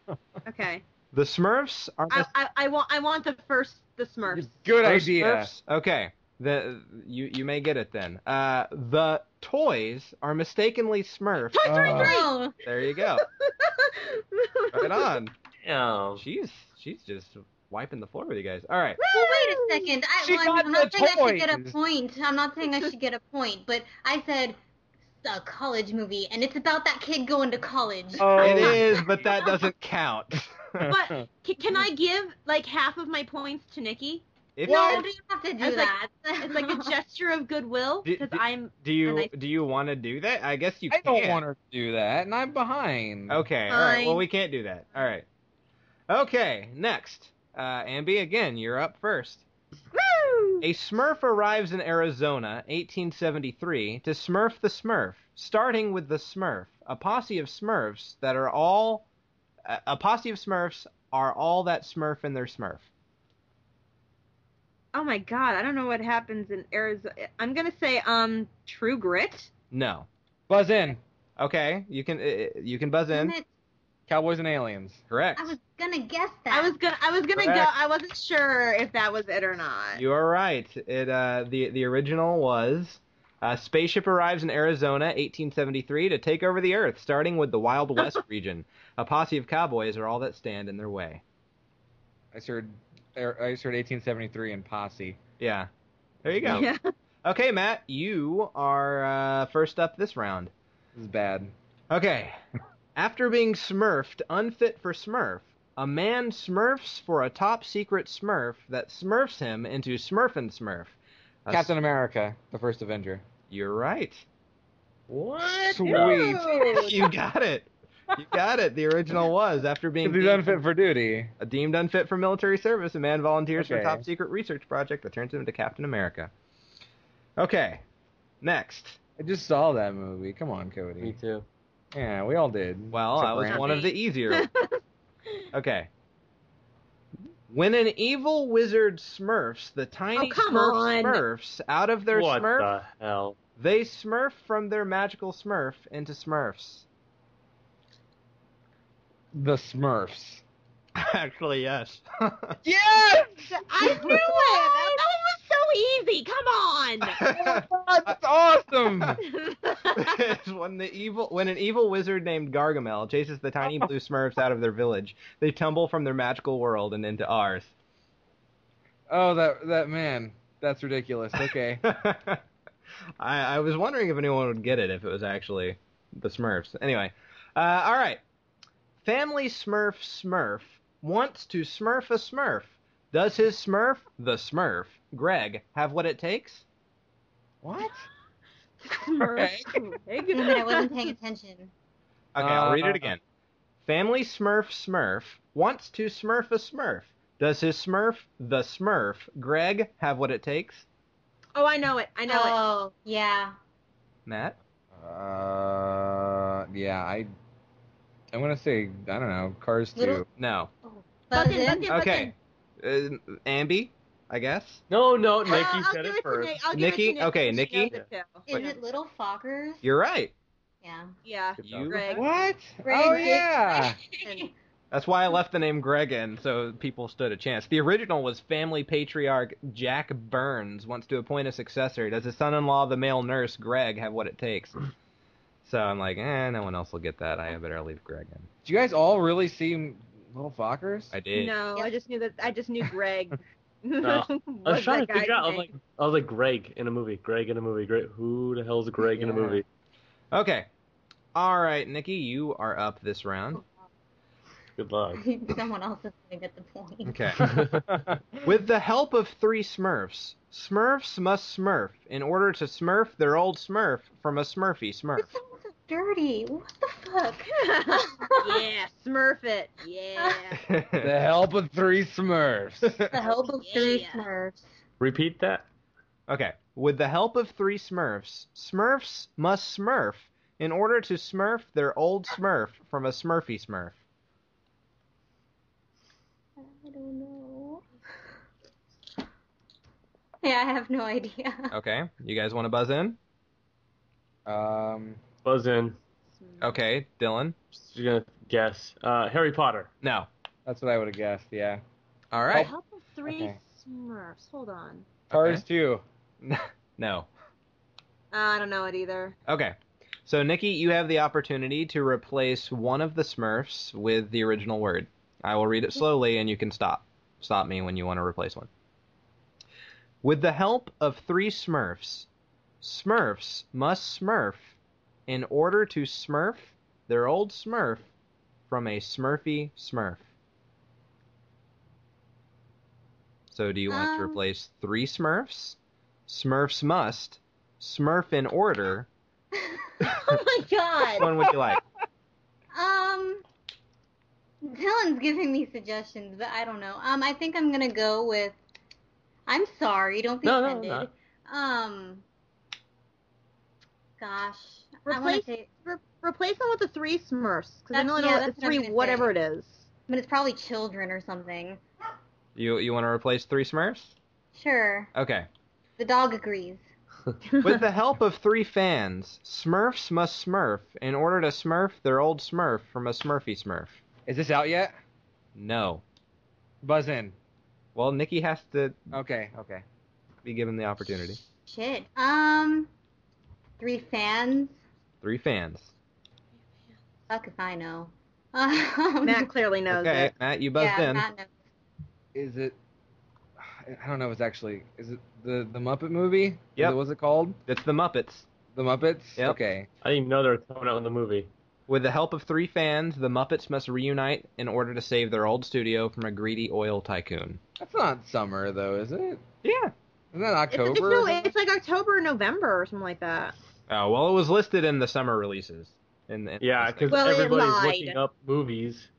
Speaker 4: Okay.
Speaker 5: The Smurfs are.
Speaker 4: I, I, I want I want the first the Smurfs.
Speaker 6: Good
Speaker 5: Those
Speaker 6: idea.
Speaker 5: Smurfs? Okay. The you you may get it then. Uh, the toys are mistakenly Smurfed.
Speaker 4: Toy Story
Speaker 6: Uh,
Speaker 5: There you go. Right on.
Speaker 2: Yeah.
Speaker 5: She's she's just wiping the floor with you guys. All right.
Speaker 3: Well, wait a second. I,
Speaker 6: She
Speaker 3: well, I'm,
Speaker 6: got
Speaker 3: I'm not
Speaker 6: the
Speaker 3: saying I should get
Speaker 6: toys.
Speaker 3: a point. I'm not saying I should get a point, but I said a college movie, and it's about that kid going to college.
Speaker 6: Oh.
Speaker 5: It is, but that doesn't count.
Speaker 4: But c- can I give like half of my points to Nikki?
Speaker 5: If
Speaker 3: no,
Speaker 5: you-
Speaker 3: you don't have to do
Speaker 4: It's like-
Speaker 3: that.
Speaker 4: It's like a gesture of goodwill
Speaker 5: Did-
Speaker 4: because
Speaker 5: did-
Speaker 4: I'm.
Speaker 5: do you
Speaker 4: and I-
Speaker 5: do you want to do that? I guess you.
Speaker 6: I don't
Speaker 5: can.
Speaker 6: want her to do that, and I'm behind.
Speaker 5: Okay. All right. Well,
Speaker 4: Fine.
Speaker 5: we can't do that. All right. Okay. Next, uh, Ambi, again, you're up first.
Speaker 4: Woo!
Speaker 5: A Smurf arrives in Arizona, 1873, to Smurf the Smurf, starting with the Smurf, a posse of Smurfs that are all, a a posse of Smurfs are all that Smurf and their Smurf.
Speaker 4: Oh my God! I don't know what happens in Arizona. I'm gonna say um True Grit.
Speaker 5: No.
Speaker 6: Buzz in.
Speaker 5: Okay, you can uh, you can buzz
Speaker 3: Damn
Speaker 5: in.
Speaker 3: it,
Speaker 6: Cowboys and aliens.
Speaker 5: Correct.
Speaker 3: I was gonna guess that.
Speaker 4: I was gonna I was gonna go.
Speaker 5: Correct.
Speaker 4: I wasn't sure if that was it or not.
Speaker 5: You are right. It uh, the the original was uh, spaceship arrives in Arizona, 1873, to take over the Earth, starting with the Wild West region. A posse of cowboys are all that stand in their way.
Speaker 6: I just heard, I just heard 1873 and Posse.
Speaker 5: Yeah, there you go.
Speaker 4: Yeah.
Speaker 5: Okay, Matt, you are uh, first up this round.
Speaker 6: This is bad.
Speaker 5: Okay. After being smurfed unfit for smurf, a man smurfs for a top secret smurf that smurfs him into smurfin' smurf. A
Speaker 6: Captain America, the first Avenger.
Speaker 5: You're right.
Speaker 2: What?
Speaker 6: Sweet.
Speaker 5: you got it. You got it. The original was after being
Speaker 6: If he's unfit for duty.
Speaker 5: a deemed unfit for military service, a man volunteers for a
Speaker 6: Okay.
Speaker 5: top secret research project that turns him into Captain America. Okay. Next.
Speaker 6: I just saw that movie. Come on,
Speaker 2: Me
Speaker 6: Cody.
Speaker 2: too.
Speaker 6: Yeah, we all did.
Speaker 5: Well,
Speaker 6: Except
Speaker 5: I was
Speaker 6: for
Speaker 5: one of the easier. ones. okay. When an evil wizard smurfs the tiny
Speaker 4: Oh, come
Speaker 5: smurf
Speaker 4: on.
Speaker 5: smurfs out of their
Speaker 2: what
Speaker 5: smurf,
Speaker 2: the hell?
Speaker 5: they smurf from their magical smurf into smurfs.
Speaker 6: the Smurfs.
Speaker 5: Actually, yes.
Speaker 6: Yes!
Speaker 4: I knew it. That one was so easy. Come on.
Speaker 6: That's awesome!
Speaker 5: is when the evil when an evil wizard named Gargamel chases the tiny blue Smurfs out of their village, they tumble from their magical world and into ours.
Speaker 6: oh, that that man. That's ridiculous. Okay.
Speaker 5: I, I was wondering if anyone would get it if it was actually the Smurfs. Anyway, uh, all right. Family Smurf Smurf wants to Smurf a Smurf. Does his Smurf, the Smurf, Greg, have what it takes?
Speaker 6: what?
Speaker 4: Smurf.
Speaker 3: Damn it, I wasn't paying attention.
Speaker 5: Okay, I'll read
Speaker 6: Uh,
Speaker 5: it again. Family Smurf Smurf wants to Smurf a Smurf. Does his Smurf, the Smurf, Greg, have what it takes?
Speaker 4: Oh, I know it. I know it.
Speaker 3: Oh, yeah.
Speaker 5: Matt?
Speaker 6: Uh, yeah, I. I'm gonna say I don't know. Cars
Speaker 3: Little-
Speaker 6: two.
Speaker 5: No.
Speaker 3: Buzz
Speaker 4: Buckin,
Speaker 3: in.
Speaker 4: Buckin,
Speaker 5: Okay. Uh, Ambi, I guess?
Speaker 2: No, no,
Speaker 4: Buckin.
Speaker 2: Oh, Nikki
Speaker 4: Uh, I'll- I'll
Speaker 2: said
Speaker 4: give
Speaker 2: it
Speaker 4: to
Speaker 2: first.
Speaker 4: Nick. I'll give it to
Speaker 5: Nikki?
Speaker 4: Nick
Speaker 5: Okay,
Speaker 4: because she
Speaker 5: Nikki?
Speaker 4: knows it too.
Speaker 3: Is it Little Fockers?
Speaker 5: You're right.
Speaker 3: Yeah.
Speaker 4: Yeah.
Speaker 5: You-
Speaker 4: Greg.
Speaker 6: What?
Speaker 3: Greg,
Speaker 6: oh
Speaker 3: Greg,
Speaker 6: yeah.
Speaker 3: Greg.
Speaker 5: That's why I left the name Greg in, so people stood a chance. The original was family patriarch Jack Burns wants to appoint a successor. Does his son-in-law, the male nurse Greg, have what it takes? So I'm like, eh, no one else will get that. I better leave Greg in.
Speaker 6: Do you guys all really see Little Fockers?
Speaker 5: I did.
Speaker 4: No, I just knew that. I just knew Greg.
Speaker 2: No. I was
Speaker 4: What's
Speaker 2: trying
Speaker 4: that
Speaker 2: to figure
Speaker 4: guy's
Speaker 2: out. I was
Speaker 4: name?
Speaker 2: like, I was like Greg in a movie. Greg in a movie. Greg. Who the hell's Greg in a
Speaker 6: Yeah.
Speaker 2: movie?
Speaker 5: Okay. All right, Nikki, you are up this round.
Speaker 2: Good luck.
Speaker 3: Someone else is going to get the point.
Speaker 5: Okay. With the help of three Smurfs, Smurfs must Smurf in order to Smurf their old Smurf from a Smurfy Smurf.
Speaker 3: This sounds so dirty. What the fuck?
Speaker 4: yeah, Smurf it. Yeah.
Speaker 6: the help of three Smurfs.
Speaker 3: the help of three
Speaker 4: Yeah.
Speaker 3: Smurfs.
Speaker 2: Repeat that.
Speaker 5: okay. With the help of three Smurfs, Smurfs must Smurf in order to Smurf their old Smurf from a Smurfy Smurf.
Speaker 3: I don't know. Yeah, I have no idea.
Speaker 5: Okay. You guys want to buzz in?
Speaker 6: um,
Speaker 2: Buzz in.
Speaker 5: Okay, Dylan.
Speaker 2: Just gonna guess. Uh, Harry Potter.
Speaker 5: No.
Speaker 6: that's what I would have guessed. Yeah.
Speaker 5: All
Speaker 4: A
Speaker 5: right.
Speaker 4: couple three
Speaker 6: Okay.
Speaker 4: Smurfs. Hold on.
Speaker 6: Cars two.
Speaker 5: No.
Speaker 4: Uh, I don't know it either.
Speaker 5: Okay. So, Nikki, you have the opportunity to replace one of the Smurfs with the original word. I will read it slowly, and you can stop. Stop me when you want to replace one. With the help of three Smurfs, Smurfs must smurf in order to smurf their old smurf from a smurfy smurf. So, do you want to
Speaker 3: Um.
Speaker 5: replace three Smurfs? Smurfs must smurf in order
Speaker 3: oh my god.
Speaker 5: one would you like?
Speaker 3: Um, Dylan's giving me suggestions, but I don't know. Um, I think I'm gonna go with. I'm sorry. Don't be
Speaker 2: No, no,
Speaker 3: offended. Um. Gosh, I want
Speaker 4: Replace-
Speaker 3: to say,
Speaker 4: Re- replace them with the three Smurfs because I
Speaker 3: That's-
Speaker 4: know
Speaker 3: yeah,
Speaker 4: yeah,
Speaker 3: that's
Speaker 4: the
Speaker 3: what I'm
Speaker 4: three
Speaker 3: gonna
Speaker 4: whatever it is.
Speaker 3: but it's probably children or something.
Speaker 5: You you want to replace three Smurfs?
Speaker 3: Sure,
Speaker 5: Okay.
Speaker 3: the dog agrees.
Speaker 5: With the help of three fans, Smurfs must Smurf in order to Smurf their old Smurf from a Smurfy Smurf.
Speaker 6: Is this out yet?
Speaker 5: No.
Speaker 6: Buzz in.
Speaker 5: Well, Nikki has to
Speaker 6: Okay. Okay.
Speaker 5: be given the opportunity.
Speaker 3: Shit. Um, three fans.
Speaker 5: Three fans.
Speaker 3: Fuck if I know. Um,
Speaker 4: Matt clearly knows
Speaker 5: okay,
Speaker 4: it.
Speaker 5: Matt, you buzzed
Speaker 3: yeah,
Speaker 5: in.
Speaker 3: Matt knows.
Speaker 6: Is it? I don't know. if It's actually. Is it the the Muppet movie?
Speaker 5: Yep.
Speaker 6: What's it called?
Speaker 5: It's the Muppets.
Speaker 6: The Muppets.
Speaker 5: Yep.
Speaker 6: Okay.
Speaker 2: I didn't even know they were coming out in the movie.
Speaker 5: With the help of three fans, the Muppets must reunite in order to save their old studio from a greedy oil tycoon.
Speaker 6: That's not summer though, is it?
Speaker 5: Yeah.
Speaker 6: Isn't that
Speaker 4: It's, it's,
Speaker 6: October?
Speaker 4: no, it's like October, or November, or something like that.
Speaker 5: Oh well, it was listed in the summer releases. In, in
Speaker 2: Yeah, because
Speaker 4: Well, it
Speaker 2: everybody's
Speaker 4: lied.
Speaker 2: looking up movies.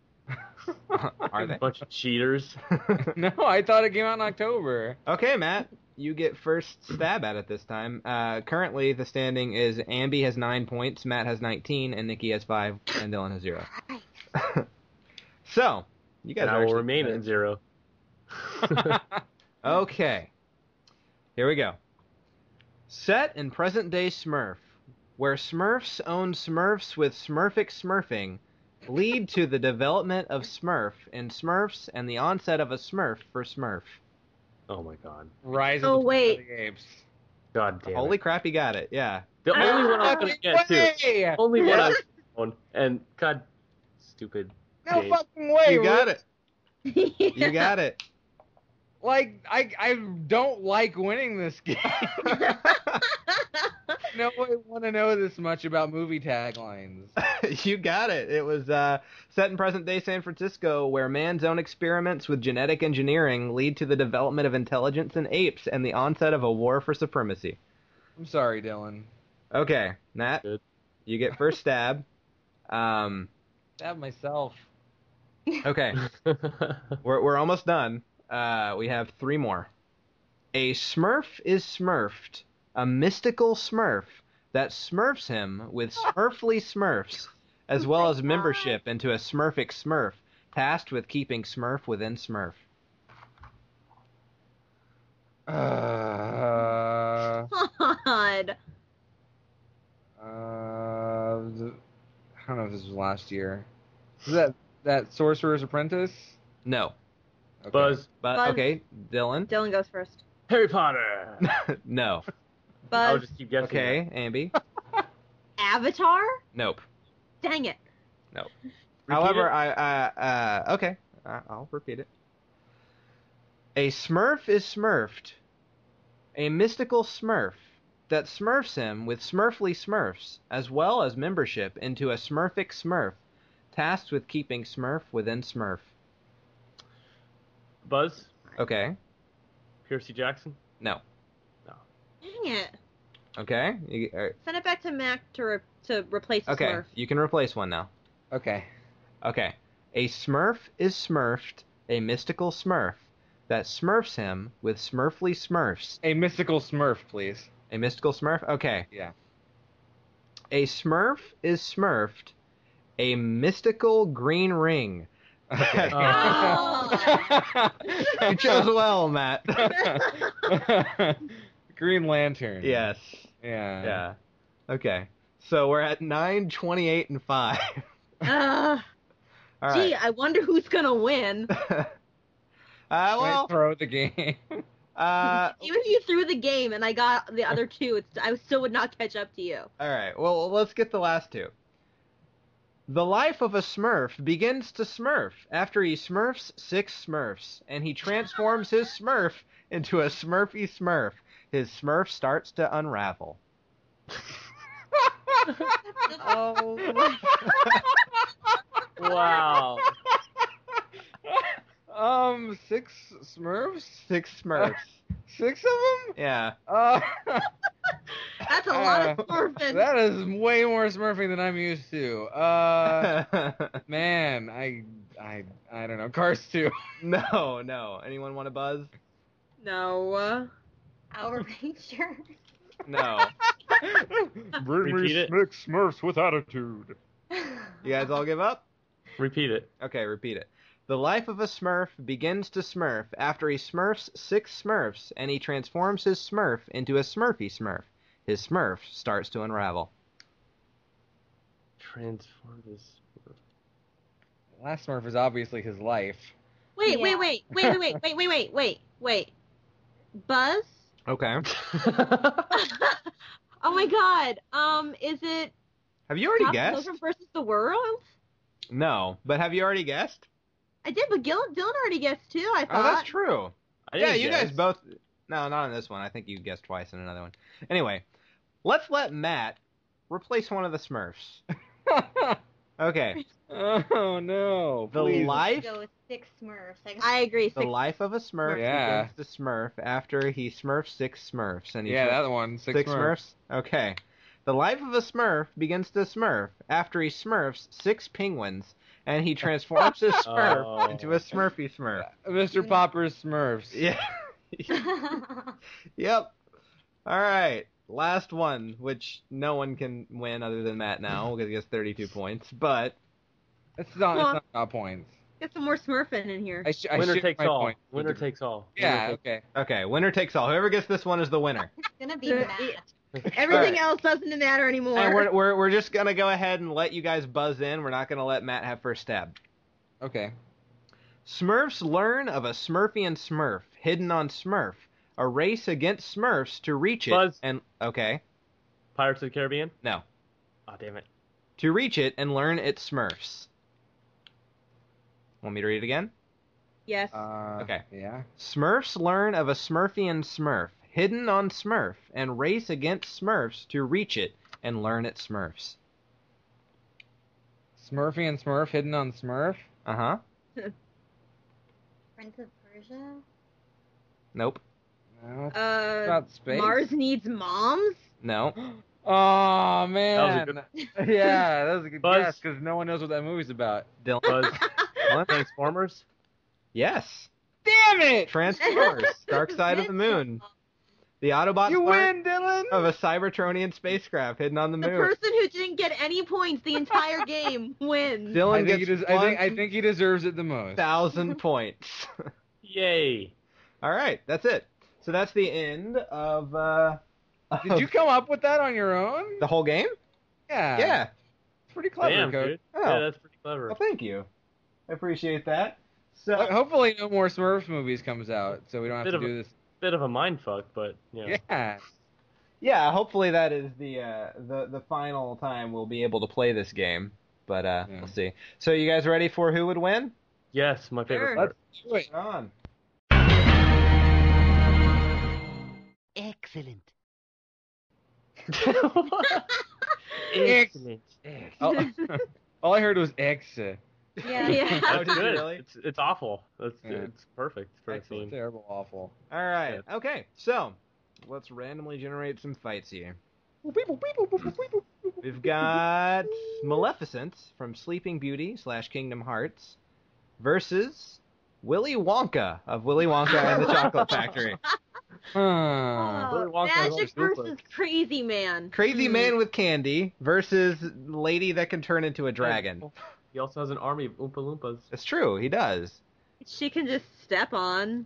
Speaker 5: are they?
Speaker 2: bunch of cheaters.
Speaker 6: no, I thought it came out in October.
Speaker 5: Okay, Matt, you get first stab at it this time. Uh, currently, the standing is Ambi has nine points, Matt has 19, and Nikki has five, and Dylan has zero. so, you guys
Speaker 2: and
Speaker 5: are
Speaker 2: I will
Speaker 5: actually-
Speaker 2: remain at zero.
Speaker 5: Okay. Here we go. Set in present day Smurf, where Smurfs own Smurfs with Smurfic Smurfing, lead to the development of Smurf in Smurfs and the onset of a Smurf for Smurf.
Speaker 2: Oh my god.
Speaker 6: Rise
Speaker 4: Oh,
Speaker 6: of the
Speaker 4: wait.
Speaker 6: Planet of the Apes.
Speaker 2: God damn
Speaker 5: Holy
Speaker 2: it.
Speaker 5: crap, you got it. Yeah.
Speaker 2: The only one I'm gonna get too.
Speaker 6: Way!
Speaker 2: Only one I found. And god stupid.
Speaker 6: No
Speaker 2: Gabe.
Speaker 6: fucking way.
Speaker 5: you got
Speaker 6: Rick.
Speaker 5: it. You got it.
Speaker 6: Like I, I don't like winning this game. no I want to know this much about movie taglines.
Speaker 5: you got it. It was uh, set in present day San Francisco, where man's own experiments with genetic engineering lead to the development of intelligence in apes and the onset of a war for supremacy.
Speaker 6: I'm sorry, Dylan.
Speaker 5: Okay, Nat,
Speaker 2: Good.
Speaker 5: you get first stab. Um,
Speaker 6: Stab myself.
Speaker 5: okay, we're, we're almost done. Uh, we have three more. A smurf is smurfed, a mystical smurf that smurfs him with smurfly smurfs, as well as membership into a smurfic smurf, tasked with keeping smurf within smurf.
Speaker 6: Uh,
Speaker 4: God.
Speaker 6: uh, the- I don't know if this was last year. Is that that Sorcerer's Apprentice?
Speaker 5: No.
Speaker 6: Okay.
Speaker 2: Buzz.
Speaker 5: But
Speaker 4: Buzz.
Speaker 5: okay, Dylan.
Speaker 4: Dylan goes first.
Speaker 2: Harry Potter.
Speaker 5: No.
Speaker 2: I'll
Speaker 4: Buzz.
Speaker 2: just keep guessing.
Speaker 5: Okay, Ambi.
Speaker 4: Avatar?
Speaker 5: Nope.
Speaker 4: Dang it.
Speaker 2: Repeat
Speaker 5: However,
Speaker 2: it?
Speaker 5: I uh, uh, okay, I- I'll repeat it. A Smurf is Smurfed, a mystical Smurf that Smurfs him with Smurfly Smurfs, as well as membership into a Smurfic Smurf, tasked with keeping Smurf within Smurf.
Speaker 2: Buzz.
Speaker 5: Okay,
Speaker 2: Percy Jackson.
Speaker 5: no.
Speaker 4: Dang it.
Speaker 5: Okay, you, all right.
Speaker 4: Send it back to Mac to re- to replace
Speaker 5: okay,
Speaker 4: Smurf.
Speaker 5: you can replace one now.
Speaker 6: Okay.
Speaker 5: Okay. A smurf is smurfed, a mystical smurf that smurfs him with smurfly smurfs.
Speaker 6: A mystical Smurf, please.
Speaker 5: A mystical smurf? Okay.
Speaker 6: Yeah.
Speaker 5: A smurf is smurfed, a mystical green ring.
Speaker 6: Okay.
Speaker 5: You chose well, Matt.
Speaker 6: Green Lantern.
Speaker 5: yes.
Speaker 6: Yeah.
Speaker 5: Yeah. Okay. So we're at 9, 28, and 5.
Speaker 4: Ugh.
Speaker 5: All
Speaker 4: Gee,
Speaker 5: right.
Speaker 4: I wonder who's gonna win.
Speaker 5: uh,
Speaker 6: Can I
Speaker 5: well,
Speaker 6: throw the game.
Speaker 5: uh,
Speaker 4: Even if you threw the game and I got the other two, it's, I still would not catch up to you.
Speaker 5: All right. Well, let's get the last two. The life of a Smurf begins to smurf after he smurfs six Smurfs, and he transforms his Smurf into a Smurfy Smurf. His Smurf starts to unravel.
Speaker 4: Oh.
Speaker 2: Wow.
Speaker 6: um, six Smurfs?
Speaker 5: Six Smurfs.
Speaker 6: Six of them?
Speaker 5: Yeah.
Speaker 6: Uh,
Speaker 4: That's a
Speaker 5: Uh,
Speaker 4: lot of orphans.
Speaker 6: that is way more Smurfing than I'm used to. Uh, man, I, I, I don't know. Cars two.
Speaker 5: no, no. Anyone want to buzz?
Speaker 4: No.
Speaker 3: Our Ranger.
Speaker 5: No.
Speaker 2: Repeat it.
Speaker 6: Smurfs with attitude.
Speaker 5: You guys all give up?
Speaker 2: Repeat it.
Speaker 5: Okay, repeat it. The life of a Smurf begins to smurf after he smurfs six Smurfs and he transforms his Smurf into a Smurfy Smurf. His Smurf starts to unravel.
Speaker 2: Transform this.
Speaker 6: Last Smurf is obviously his life.
Speaker 4: Wait,
Speaker 3: Yeah.
Speaker 4: wait, wait, wait, wait, wait, wait, wait, wait, wait, wait. Buzz?
Speaker 5: Okay.
Speaker 4: oh my god. Um, is it
Speaker 5: Have you already
Speaker 4: Stop
Speaker 5: guessed?
Speaker 4: Children versus the world?
Speaker 5: No, but have you already guessed?
Speaker 4: I did, but Gil- Dylan already guessed too, I
Speaker 5: Oh,
Speaker 4: thought.
Speaker 5: that's true.
Speaker 2: I
Speaker 5: Yeah,
Speaker 2: didn't
Speaker 5: you
Speaker 2: guess.
Speaker 5: guys both. No, not on this one. I think you guessed twice in another one. Anyway, let's let Matt replace one of the Smurfs. Okay.
Speaker 6: Oh no!
Speaker 5: The
Speaker 6: please.
Speaker 5: life
Speaker 3: Go with six Smurfs. I guess
Speaker 4: I agree.
Speaker 5: the
Speaker 4: six-
Speaker 5: life of a Smurf
Speaker 6: Yeah.
Speaker 5: begins to Smurf after he Smurfs six Smurfs, and he
Speaker 6: Yeah,
Speaker 5: Smurfs
Speaker 6: that one. Six,
Speaker 5: six
Speaker 6: Smurfs.
Speaker 5: Smurfs. Okay. The life of a Smurf begins to Smurf after he Smurfs six penguins, and he transforms his Smurf
Speaker 2: Oh.
Speaker 5: into a Smurfy Smurf.
Speaker 6: Mr. Uh, Popper's Smurfs.
Speaker 5: Yeah. Yep. All right. Last one, which no one can win other than Matt now because he has 32 points. But
Speaker 6: It's not.
Speaker 4: Well-
Speaker 6: It's not about points.
Speaker 4: Get some more Smurfing in here.
Speaker 6: I, sh- I
Speaker 2: Winner
Speaker 6: shift
Speaker 2: takes
Speaker 6: my
Speaker 2: all.
Speaker 6: point.
Speaker 2: Winner takes all.
Speaker 6: Yeah. Okay.
Speaker 5: okay, winner takes all. Whoever gets this one is the winner.
Speaker 3: it's gonna be Matt.
Speaker 4: Everything else doesn't matter anymore.
Speaker 5: And we're, we're, we're just going to go ahead and let you guys buzz in. We're not going to let Matt have first stab.
Speaker 6: Okay.
Speaker 5: Smurfs learn of a Smurfian Smurf hidden on Smurf, a race against Smurfs to reach it.
Speaker 2: Buzz.
Speaker 5: And okay,
Speaker 2: Pirates of the Caribbean?
Speaker 5: No.
Speaker 2: Oh, damn it.
Speaker 5: to reach it and learn its Smurfs. Want me to read it again?
Speaker 4: yes.
Speaker 6: Uh,
Speaker 5: Okay.
Speaker 6: Yeah.
Speaker 5: Smurfs learn of a Smurfian Smurf hidden on Smurf and race against Smurfs to reach it and learn its Smurfs.
Speaker 6: Smurfy and Smurf hidden on Smurf.
Speaker 5: Uh huh.
Speaker 3: Prince of Persia.
Speaker 5: Nope.
Speaker 6: No, it's
Speaker 4: uh,
Speaker 6: about space.
Speaker 4: Mars needs moms.
Speaker 5: No.
Speaker 6: Oh man.
Speaker 2: That was
Speaker 6: yeah, that was a good
Speaker 2: Buzz.
Speaker 6: guess because no one knows what that movie's about.
Speaker 5: Dylan.
Speaker 2: Buzz.
Speaker 5: What?
Speaker 2: Transformers?
Speaker 5: Yes.
Speaker 6: Damn it!
Speaker 5: Transformers. Dark Side of the Moon. The Autobots
Speaker 6: You
Speaker 5: learn
Speaker 6: win, Dylan.
Speaker 2: Oh,
Speaker 5: of a Cybertronian spacecraft hidden on the
Speaker 4: The
Speaker 5: moon.
Speaker 4: person who didn't get any points the entire game wins.
Speaker 5: Dylan
Speaker 6: I think, he
Speaker 5: gets
Speaker 6: des- I, think, I think he deserves it the most.
Speaker 5: thousand points.
Speaker 2: Yay.
Speaker 5: All right, that's it. So that's the end of uh,
Speaker 6: Did you come up with that on your own?
Speaker 5: the whole game.
Speaker 6: Yeah.
Speaker 5: yeah.
Speaker 6: It's pretty clever,
Speaker 2: Damn,
Speaker 6: Coach.
Speaker 2: dude.
Speaker 5: Oh,
Speaker 2: Yeah, that's pretty clever.
Speaker 5: well, thank you. I appreciate that. So.
Speaker 6: Ho- Hopefully, no more Smurfs movies comes out, so we don't have
Speaker 2: Bit
Speaker 6: to
Speaker 2: of a-
Speaker 6: do this.
Speaker 2: Bit of a mind fuck, but, you know.
Speaker 6: Yeah.
Speaker 5: yeah, hopefully that is the uh, the the final time we'll be able to play this game. But uh,
Speaker 6: Yeah.
Speaker 5: we'll see. So you guys ready for who would win?
Speaker 2: Yes, my favorite
Speaker 4: Sure.
Speaker 2: part.
Speaker 6: Wait.
Speaker 5: On.
Speaker 9: Excellent.
Speaker 2: Excellent.
Speaker 5: oh.
Speaker 6: All, all I heard was X.
Speaker 3: Yeah.
Speaker 4: yeah.
Speaker 5: Oh, did
Speaker 2: That's
Speaker 5: you
Speaker 2: good.
Speaker 5: really?
Speaker 2: It's, it's awful. That's
Speaker 6: Yeah.
Speaker 2: it's perfect. for a
Speaker 6: Excellent.
Speaker 2: scene.
Speaker 6: Terrible, awful.
Speaker 5: All right. Okay. So let's randomly generate some fights here. We've got Maleficent from Sleeping Beauty slash Kingdom Hearts versus Willy Wonka of Willy Wonka and the Chocolate Factory.
Speaker 6: Huh.
Speaker 2: Willy
Speaker 4: Oh,
Speaker 2: Wonka has all
Speaker 4: Magic
Speaker 2: the super-
Speaker 4: versus Crazy Man.
Speaker 5: Crazy
Speaker 4: Hmm.
Speaker 5: man with candy versus lady that can turn into a dragon.
Speaker 2: He also has an army of Oompa Loompas.
Speaker 5: It's true. He does.
Speaker 4: She can just step on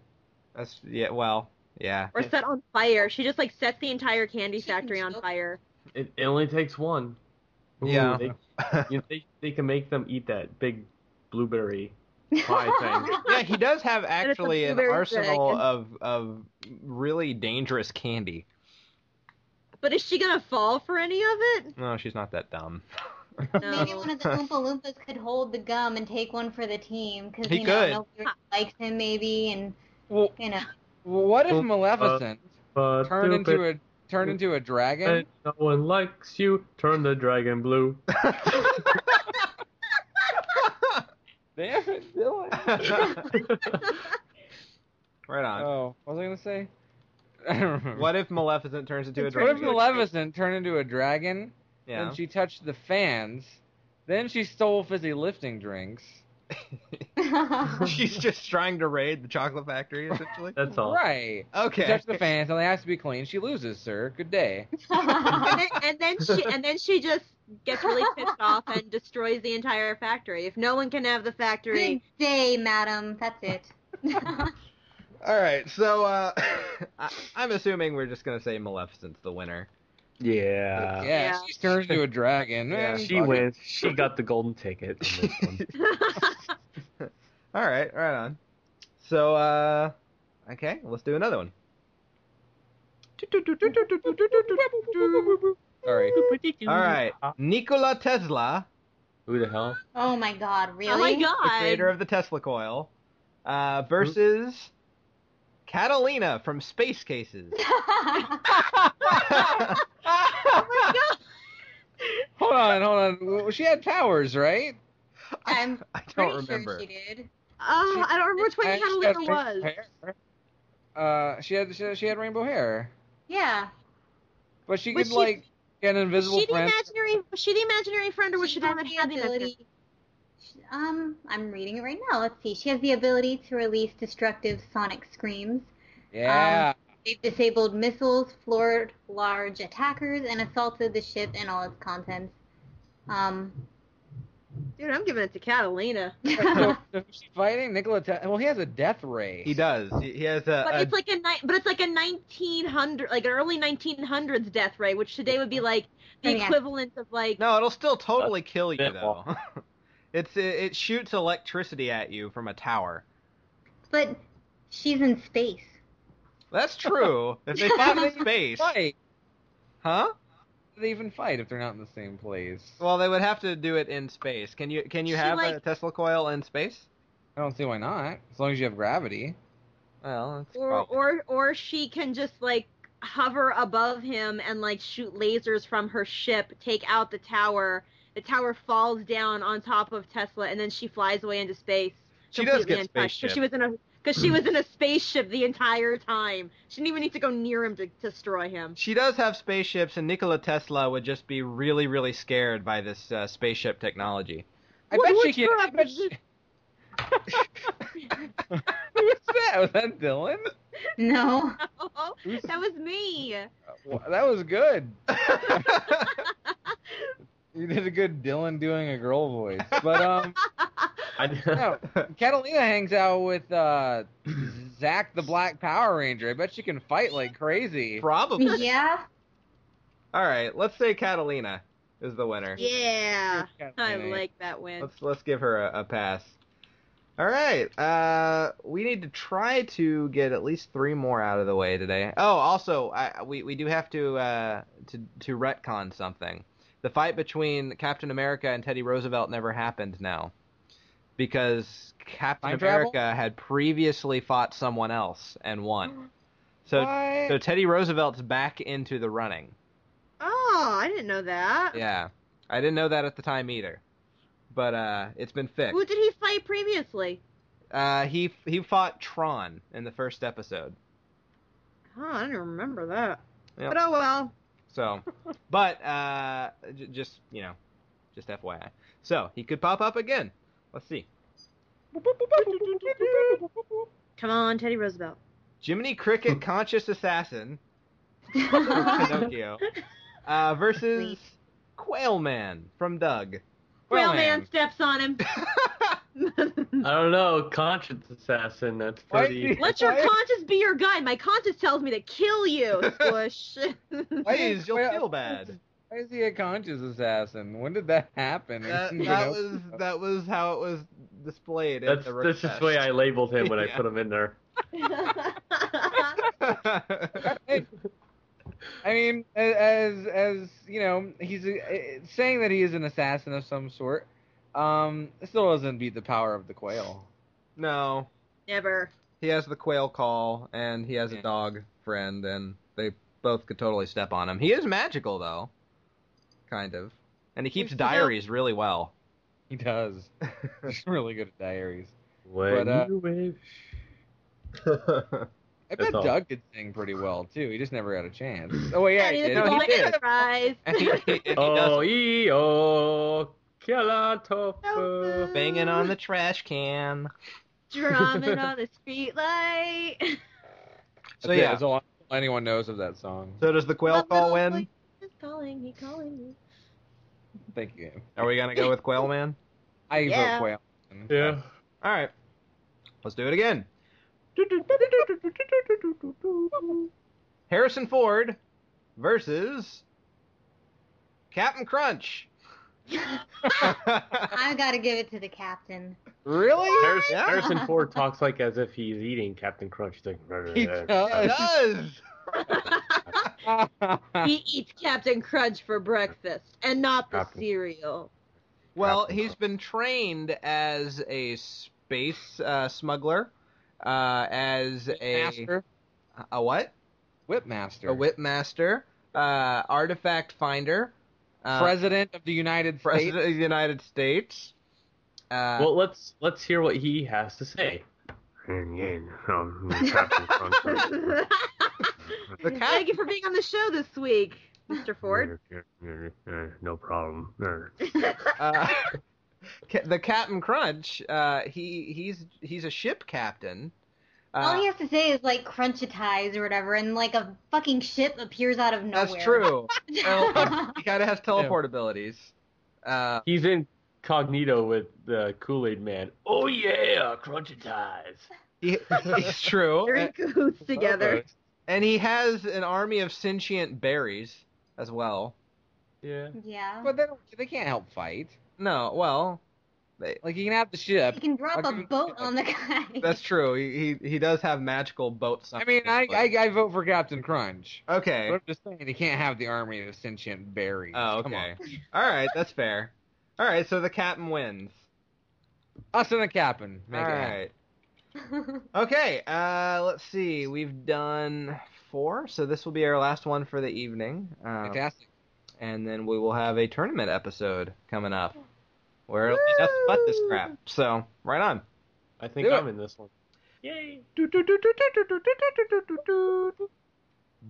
Speaker 5: That's yeah. Well, yeah.
Speaker 4: or set on fire. She just like sets the entire candy
Speaker 3: She can
Speaker 4: factory on
Speaker 3: choke.
Speaker 4: fire.
Speaker 2: It, it only takes one.
Speaker 5: Yeah.
Speaker 2: They, you know, they, they can make them eat that big blueberry pie thing.
Speaker 5: yeah, he does have
Speaker 4: it's a
Speaker 5: actually an
Speaker 4: blueberry
Speaker 5: arsenal
Speaker 4: dragon.
Speaker 5: of of really dangerous candy.
Speaker 4: But is she gonna fall for any of it?
Speaker 5: No, she's not that dumb.
Speaker 3: Maybe
Speaker 4: No.
Speaker 3: one of the Oompa Loompas could hold the gum and take one for the team because
Speaker 5: He
Speaker 3: you
Speaker 5: could.
Speaker 3: know nobody likes him maybe, and
Speaker 6: Well,
Speaker 3: you know
Speaker 6: what if Maleficent
Speaker 2: But
Speaker 6: turned into a turned into a dragon?
Speaker 2: no one likes you. Turn the dragon blue.
Speaker 6: Damn it, Dylan.
Speaker 5: right on.
Speaker 6: Oh, what was I gonna say? I don't remember.
Speaker 5: what if Maleficent turns into a
Speaker 6: What if
Speaker 5: dragon?
Speaker 6: Maleficent turned into a dragon?
Speaker 5: Yeah.
Speaker 6: Then she touched the fans. Then she stole fizzy lifting drinks.
Speaker 5: She's just trying to raid the chocolate factory, essentially.
Speaker 2: That's all.
Speaker 6: Right. She
Speaker 5: Okay.
Speaker 6: touched the fans and they asked to be clean. She loses, sir. Good day.
Speaker 4: and, then, and then she and then she just gets really pissed off and destroys the entire factory. If no one can have the
Speaker 3: good
Speaker 4: factory,
Speaker 3: day, madam. That's it.
Speaker 5: All right. So uh, I, I'm assuming we're just gonna say Maleficent's the winner.
Speaker 2: Yeah.
Speaker 6: yeah,
Speaker 4: Yeah.
Speaker 6: she turned into a dragon.
Speaker 5: Yeah.
Speaker 6: Man,
Speaker 2: She
Speaker 6: fuck it.
Speaker 2: wins. She got the golden ticket. in this one.
Speaker 5: All right. Right on. So uh, okay. Let's do another one.
Speaker 6: Sorry.
Speaker 5: All right. Nikola Tesla,
Speaker 2: Who the hell?
Speaker 3: oh my God, really?
Speaker 4: oh my
Speaker 5: the creator
Speaker 4: god,
Speaker 5: of the Tesla coil, uh, versus Catalina from Space Cases.
Speaker 3: Oh god.
Speaker 4: oh my god,
Speaker 6: Hold on, hold on. Well, she had powers, right?
Speaker 3: I'm
Speaker 5: I
Speaker 3: pretty
Speaker 5: don't remember.
Speaker 3: sure she did.
Speaker 4: Oh, I don't remember which one
Speaker 6: And she
Speaker 4: Catalina
Speaker 6: had rainbow
Speaker 4: was.
Speaker 6: hair. Uh, she had she, she had rainbow hair,
Speaker 3: Yeah.
Speaker 6: but she
Speaker 4: Was
Speaker 6: could
Speaker 4: she-
Speaker 6: like get an
Speaker 4: Was
Speaker 6: invisible
Speaker 4: she the
Speaker 6: friend.
Speaker 4: imaginary? Was she the imaginary friend, or was she the one that had the imaginary?
Speaker 3: She- Um, I'm reading it right now. Let's see. She has the ability to release destructive sonic screams.
Speaker 6: yeah,
Speaker 3: They've disabled missiles, floored large attackers, and assaulted the ship and all its contents. Um,
Speaker 4: Dude, I'm giving it to Catalina.
Speaker 6: So, so who's she fighting Nikola. Te- well, he has a death ray.
Speaker 5: He does. He he has a.
Speaker 4: But
Speaker 6: Uh,
Speaker 5: a
Speaker 4: it's like a ni- but it's like a 1900 like an early 1900s death ray, which today would be like the
Speaker 3: Oh, yeah.
Speaker 4: equivalent of like
Speaker 5: no, it'll still totally kill you
Speaker 2: yeah.
Speaker 5: though. it's it, it shoots electricity at you from a tower.
Speaker 3: but she's in space.
Speaker 5: That's true. if they fought in space,
Speaker 6: Fight?
Speaker 5: huh?
Speaker 6: How do They even fight if they're not in the same place.
Speaker 5: Well, they would have to do it in space. Can you can you
Speaker 4: She,
Speaker 5: have a
Speaker 4: like-
Speaker 5: Tesla coil in space?
Speaker 6: I don't see why not. As long as you have gravity.
Speaker 5: Well, that's
Speaker 4: or
Speaker 5: probably-
Speaker 4: or or she can just like hover above him and like shoot lasers from her ship, take out the tower. The tower falls down on top of Tesla, and then she flies away into space.
Speaker 5: She does
Speaker 4: completely
Speaker 5: get
Speaker 4: untouched, 'cause
Speaker 5: spaceship.
Speaker 4: She was in a because she was in a spaceship the entire time. She didn't even need to go near him to destroy him.
Speaker 5: She does have spaceships, and Nikola Tesla would just be really, really scared by this uh, spaceship technology.
Speaker 6: I
Speaker 4: What-
Speaker 6: bet she
Speaker 4: what's
Speaker 6: can. I
Speaker 4: gravity?
Speaker 6: bet she... Who's that? Was that Dylan?
Speaker 3: No.
Speaker 4: Oh,
Speaker 6: Who's-
Speaker 4: that was me.
Speaker 6: Wha- That was good. You did a good Dylan doing a girl voice. But um
Speaker 2: I,
Speaker 6: no, Catalina hangs out with uh Zach the Black Power Ranger. I bet she can fight like crazy.
Speaker 5: Probably.
Speaker 3: yeah.
Speaker 5: All right, let's say Catalina is the winner.
Speaker 4: Yeah, I
Speaker 6: Catalina.
Speaker 4: like that win.
Speaker 5: Let's let's give her a, a pass. All right, uh, we need to try to get at least three more out of the way today. Oh, also, I, we we do have to uh, to to retcon something. The fight between Captain America and Teddy Roosevelt never happened now, because Captain
Speaker 6: Time travel?
Speaker 5: America had previously fought someone else and won. So
Speaker 6: What?
Speaker 5: so Teddy Roosevelt's back into the running.
Speaker 4: Oh, I didn't know that.
Speaker 5: Yeah, I didn't know that at the time either, but uh, it's been fixed.
Speaker 4: Who did he fight previously?
Speaker 5: Uh, he he fought Tron in the first episode.
Speaker 4: Oh, I don't even remember that.
Speaker 5: Yep.
Speaker 4: But oh well.
Speaker 5: So, but uh, j- just you know, just FYI. So he could pop up again. Let's see.
Speaker 4: Come on, Teddy Roosevelt.
Speaker 5: Jiminy Cricket, conscious assassin, Pinocchio, uh, versus Quailman from Doug.
Speaker 4: Well,
Speaker 6: Quailman.
Speaker 4: man steps on him.
Speaker 2: I don't know. Conscience assassin. That's
Speaker 6: Why
Speaker 2: pretty.
Speaker 6: do
Speaker 4: Let your
Speaker 6: Why-
Speaker 4: conscience be your guide. My conscience tells me to kill you, Squish.
Speaker 6: Why did
Speaker 5: Jeez, you'll
Speaker 6: Quail-
Speaker 5: feel bad.
Speaker 6: Why is he a conscious assassin? When did that happen?
Speaker 5: That,
Speaker 6: You
Speaker 5: that
Speaker 6: know?
Speaker 5: was that was how it was displayed. at
Speaker 2: That's
Speaker 5: the
Speaker 2: that's just the way I labeled him when
Speaker 5: Yeah.
Speaker 2: I put him in there.
Speaker 5: I.
Speaker 6: I mean, a- as as you know, he's a, saying that he is an assassin of some sort. Um, it still doesn't beat the power of the quail.
Speaker 5: no,
Speaker 4: Never.
Speaker 5: he has the quail call and he has a
Speaker 6: Yeah.
Speaker 5: dog friend and they both could totally step on him he is magical though kind of and he keeps
Speaker 4: He's-
Speaker 5: diaries really well
Speaker 6: He does. He's really good at diaries.
Speaker 2: When
Speaker 6: But, uh,
Speaker 2: you wave.
Speaker 6: I
Speaker 2: That's
Speaker 6: bet
Speaker 2: all.
Speaker 6: Doug could sing pretty well too. He just never got a chance. Oh wait, yeah,
Speaker 4: That
Speaker 6: he
Speaker 4: is
Speaker 6: did.
Speaker 5: No, he
Speaker 4: my
Speaker 5: did.
Speaker 4: surprise.
Speaker 5: and he, and he
Speaker 2: Oh,
Speaker 5: does
Speaker 2: e o killer tofu.
Speaker 4: Tofu.
Speaker 5: banging on the trash can
Speaker 4: Drumming on the streetlight.
Speaker 5: so
Speaker 6: That's it.
Speaker 5: yeah
Speaker 6: That's all anyone knows of that song.
Speaker 5: so does the quail call win
Speaker 4: He's calling, he calling me.
Speaker 6: Thank you.
Speaker 5: are we gonna go with quail man
Speaker 6: I
Speaker 4: Yeah.
Speaker 6: vote quail.
Speaker 2: Yeah.
Speaker 5: all right let's do it again harrison ford versus captain crunch
Speaker 3: I've got to give it to the captain.
Speaker 6: Really?
Speaker 2: Harrison,
Speaker 5: Yeah.
Speaker 2: Harrison Ford talks like as if he's eating Captain Crunch. He's like, "Rrr,
Speaker 6: He
Speaker 2: rrr,
Speaker 5: It
Speaker 6: does.
Speaker 5: does.
Speaker 4: he eats Captain Crunch for breakfast and not the
Speaker 2: Captain.
Speaker 4: cereal.
Speaker 5: Well,
Speaker 2: Captain
Speaker 5: he's been trained as a space uh, smuggler, uh, as a
Speaker 6: Master,
Speaker 5: a what?
Speaker 6: whip master.
Speaker 5: A whip master, uh, artifact finder, Uh,
Speaker 6: President of the United
Speaker 5: President
Speaker 6: States.
Speaker 5: of the United States. Uh,
Speaker 2: well, let's let's hear what he has to say.
Speaker 5: the
Speaker 4: Thank you for being on the show this week, Mr. Ford.
Speaker 2: No problem.
Speaker 5: uh, ca- the Captain Crunch. Uh, he he's he's a ship captain.
Speaker 3: All
Speaker 5: Uh,
Speaker 3: Oh, he has to say is like crunch a ties or whatever, and like a fucking ship appears out of nowhere.
Speaker 5: that's true. uh,
Speaker 3: true.
Speaker 5: he kind of has teleport abilities. Uh,
Speaker 2: He's incognito with the Kool Aid Man. Oh yeah, crunchy ties.
Speaker 5: he, he's true.
Speaker 4: They're in
Speaker 5: And,
Speaker 4: cahoots together.
Speaker 5: and he has an army of sentient berries as well.
Speaker 2: Yeah.
Speaker 3: yeah.
Speaker 6: But they, don't, they can't help fight.
Speaker 5: No, well,
Speaker 6: Like you can have the ship.
Speaker 3: He can drop a
Speaker 6: Okay.
Speaker 3: boat on the guy.
Speaker 5: that's true. He he, he does have magical boats.
Speaker 6: I mean, I, I I vote for Captain Crunch.
Speaker 5: okay.
Speaker 6: But I'm just saying, they can't have the army of sentient berries.
Speaker 5: Oh,
Speaker 6: Come on.
Speaker 5: okay. All right, that's fair. All right, so the captain wins.
Speaker 6: Us and the captain. Make
Speaker 5: All
Speaker 6: it happen.
Speaker 5: right. Okay, uh, let's see. We've done four, so this will be our last one for the evening. Um,
Speaker 6: Fantastic.
Speaker 5: and then we will have a tournament episode coming up where it'll be nothing but this crap. So, right on.
Speaker 2: I think
Speaker 6: Do it.
Speaker 2: I'm in this one. Yay.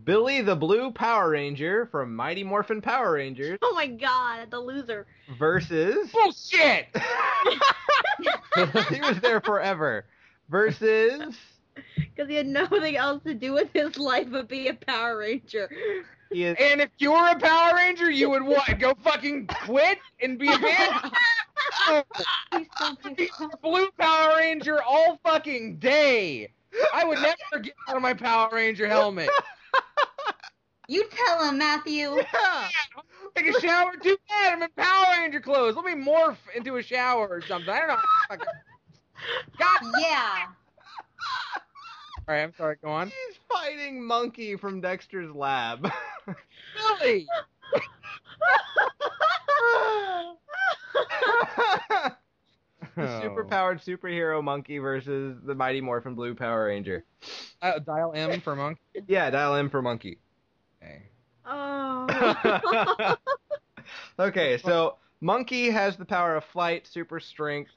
Speaker 5: Billy the Blue Power Ranger from Mighty Morphin Power Rangers
Speaker 4: Oh my god, the loser.
Speaker 5: versus.
Speaker 6: Bullshit.
Speaker 5: he was there forever. Versus.
Speaker 4: Because he had nothing else to do with his life but be a Power Ranger.
Speaker 5: He is
Speaker 6: And if you were a Power Ranger, you would what? Go fucking quit and be a man?
Speaker 3: He's so
Speaker 6: Be
Speaker 3: pissed off.
Speaker 6: a blue Power Ranger all fucking day. I would never get out of my Power Ranger helmet.
Speaker 3: You tell him, Matthew.
Speaker 5: Yeah.
Speaker 6: Take a shower? Too bad. I'm in Power Ranger clothes. Let me morph into a shower or something. I don't know. Fucking- God.
Speaker 3: Yeah.
Speaker 6: All right, I'm sorry. Go on.
Speaker 5: He's fighting Monkey from Dexter's Lab.
Speaker 6: Really?
Speaker 4: Oh.
Speaker 6: Oh.
Speaker 5: the super powered superhero monkey versus the Mighty Morphin Blue Power Ranger.
Speaker 6: Uh, dial M for monk.
Speaker 5: Yeah, dial in for monkey.
Speaker 6: Okay.
Speaker 4: Oh.
Speaker 5: okay, so monkey has the power of flight, super strength.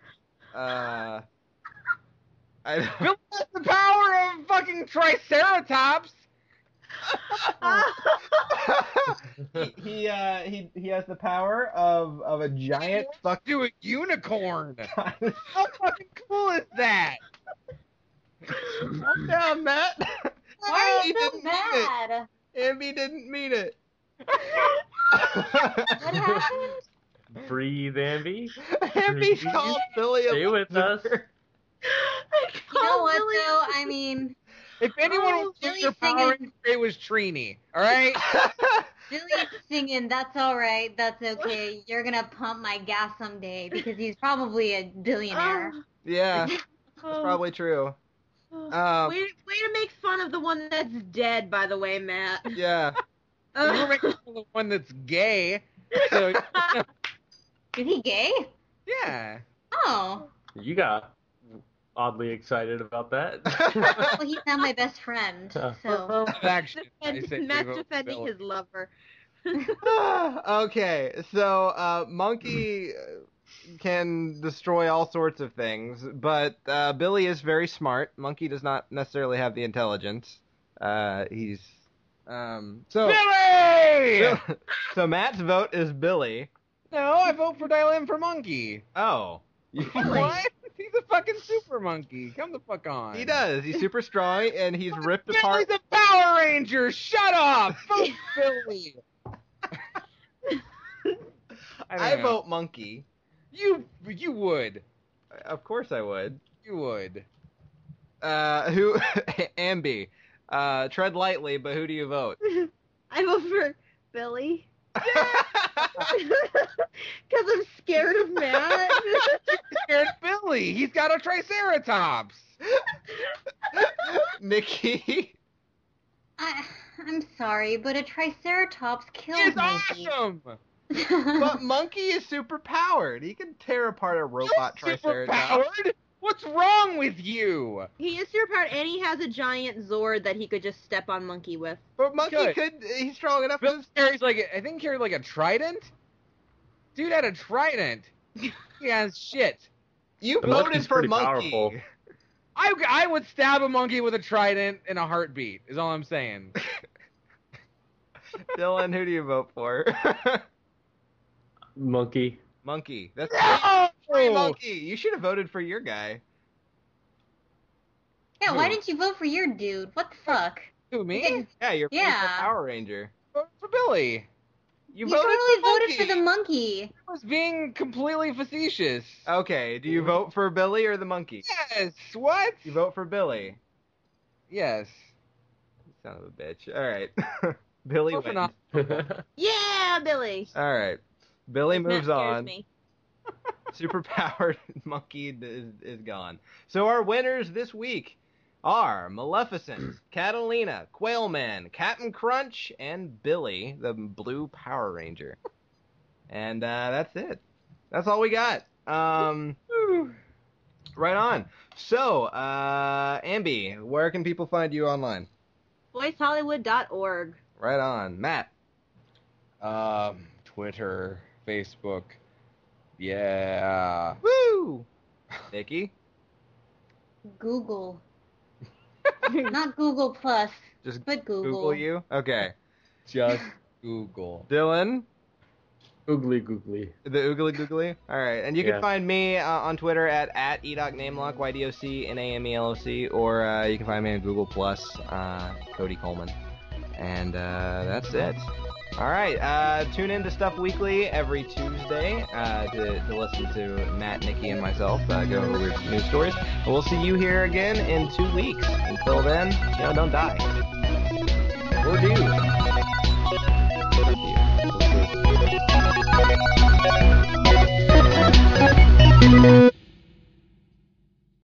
Speaker 5: Uh, I
Speaker 6: Bill has the power of fucking Triceratops.
Speaker 5: he he, uh, he he has the power of of a giant fuck.
Speaker 6: Do a unicorn. How fucking cool is that?
Speaker 5: Calm down, Matt.
Speaker 3: Why are
Speaker 5: He
Speaker 3: you so
Speaker 5: didn't mean it.
Speaker 3: mad?
Speaker 5: Amby didn't mean it.
Speaker 3: What happened?
Speaker 2: Breathe, Amby.
Speaker 5: Amby's called Billy a
Speaker 2: Stay with us.
Speaker 3: You know what
Speaker 4: Billy.
Speaker 3: though? I mean,
Speaker 6: If anyone
Speaker 3: Oh,
Speaker 6: was lose
Speaker 3: Billy's
Speaker 6: their power,
Speaker 3: singing.
Speaker 6: it was Trini. All right.
Speaker 3: Billy's singing. That's all right. That's okay. You're gonna pump my gas someday because he's probably a billionaire.
Speaker 4: Oh,
Speaker 5: Yeah, that's
Speaker 4: oh,
Speaker 5: probably true.
Speaker 4: oh.
Speaker 5: Um,
Speaker 4: way, way to make fun of the one that's dead, by the way, Matt.
Speaker 5: yeah.
Speaker 6: You were making fun of the one that's gay. So
Speaker 3: Is he gay?
Speaker 6: yeah.
Speaker 3: Oh,
Speaker 2: You got oddly excited about that.
Speaker 3: well, he's not my best friend. So
Speaker 6: Action. I say
Speaker 4: Defend- Matt
Speaker 6: we vote
Speaker 4: defending
Speaker 6: Billy.
Speaker 4: his lover.
Speaker 5: okay, so uh, monkey uh, can destroy all sorts of things, but uh, Billy is very smart. Monkey does not necessarily have the intelligence. Uh, he's um, so.
Speaker 6: Billy!
Speaker 5: So Matt's vote is Billy.
Speaker 6: No, I vote for Dial M for Monkey.
Speaker 5: Oh,
Speaker 6: What? He's a fucking super monkey. Come the fuck on.
Speaker 5: he does. He's super strong, and he's ripped
Speaker 6: Billy's
Speaker 5: apart.
Speaker 6: a Power Ranger. Shut up. Vote Billy.
Speaker 5: I
Speaker 6: don't know.
Speaker 5: vote monkey.
Speaker 6: You you would.
Speaker 5: Of course, I would.
Speaker 6: You would.
Speaker 5: Uh, who Ambi? Uh, tread lightly, but who do you vote?
Speaker 4: I vote for Billy. Because I'm scared of Matt.
Speaker 6: Scared Billy. He's got a Triceratops.
Speaker 5: Nikki.
Speaker 3: I, I'm sorry, but a Triceratops killed
Speaker 6: He's
Speaker 3: Monkey.
Speaker 6: awesome.
Speaker 5: But Monkey is super powered. He can tear apart a robot
Speaker 6: You're
Speaker 5: triceratops.
Speaker 6: superpowered? What's wrong with you?
Speaker 4: he is superpowered, and he has a giant Zord that he could just step on Monkey with.
Speaker 5: But Monkey
Speaker 6: Good.
Speaker 5: could. He's strong enough.
Speaker 6: Bill carries like a, I think he carried like a trident. Dude had a trident. yeah, shit.
Speaker 5: You
Speaker 2: The
Speaker 5: voted
Speaker 2: monkey's
Speaker 5: for
Speaker 2: pretty
Speaker 5: monkey.
Speaker 2: powerful.
Speaker 6: I, I would stab a monkey with a trident in a heartbeat. Is all I'm saying.
Speaker 5: Dylan, who do you vote for?
Speaker 2: Monkey.
Speaker 5: monkey. That's
Speaker 6: No!
Speaker 5: free monkey. You should have voted for your guy.
Speaker 3: Yeah, why
Speaker 6: Who?
Speaker 3: didn't you vote for your dude? What the fuck?
Speaker 6: Who
Speaker 3: You
Speaker 6: me?
Speaker 3: can-
Speaker 5: Yeah, you're
Speaker 3: Yeah.
Speaker 5: Power Ranger.
Speaker 6: Vote for Billy.
Speaker 5: You,
Speaker 3: you
Speaker 5: voted
Speaker 3: totally
Speaker 5: for
Speaker 3: voted for
Speaker 5: monkey.
Speaker 3: the monkey.
Speaker 6: I was being completely facetious.
Speaker 5: Uh, Okay, do you vote for Billy or the monkey?
Speaker 6: Yes. What?
Speaker 5: You vote for Billy.
Speaker 6: Yes.
Speaker 5: Son of a bitch. All right. Billy
Speaker 6: Moving
Speaker 5: wins.
Speaker 6: on.
Speaker 4: Yeah, Billy.
Speaker 5: All right. Billy
Speaker 4: Matt
Speaker 5: moves
Speaker 4: scares
Speaker 5: on.
Speaker 4: me.
Speaker 5: Superpowered monkey is, is gone. So our winners this week are Maleficent, Catalina, Quailman, Captain Crunch, and Billy, the blue Power Ranger. And uh, that's it. That's all we got. Um, right on. So, uh, Ambi, where can people find you online?
Speaker 4: VoiceHollywood.org.
Speaker 5: Right on. Matt.
Speaker 6: Um, Twitter, Facebook. Yeah.
Speaker 5: Woo! Nikki?
Speaker 3: Google. Not Google Plus,
Speaker 5: Just
Speaker 3: but Google.
Speaker 5: Google you? Okay.
Speaker 6: Just Google.
Speaker 5: Dylan?
Speaker 2: Oogly googly.
Speaker 5: The oogly googly. All right, and you
Speaker 2: Yeah.
Speaker 5: can find me uh, on Twitter at at edocnamelock y d o c n a m e l o c, or uh, you can find me on Google Plus, uh, Cody Coleman, and uh, that's it. All right, uh, tune in to Stuff Weekly every Tuesday uh, to, to listen to Matt, Nikki, and myself uh, go over weird news stories. And we'll see you here again in two weeks. Until then, you know, don't die. Or do.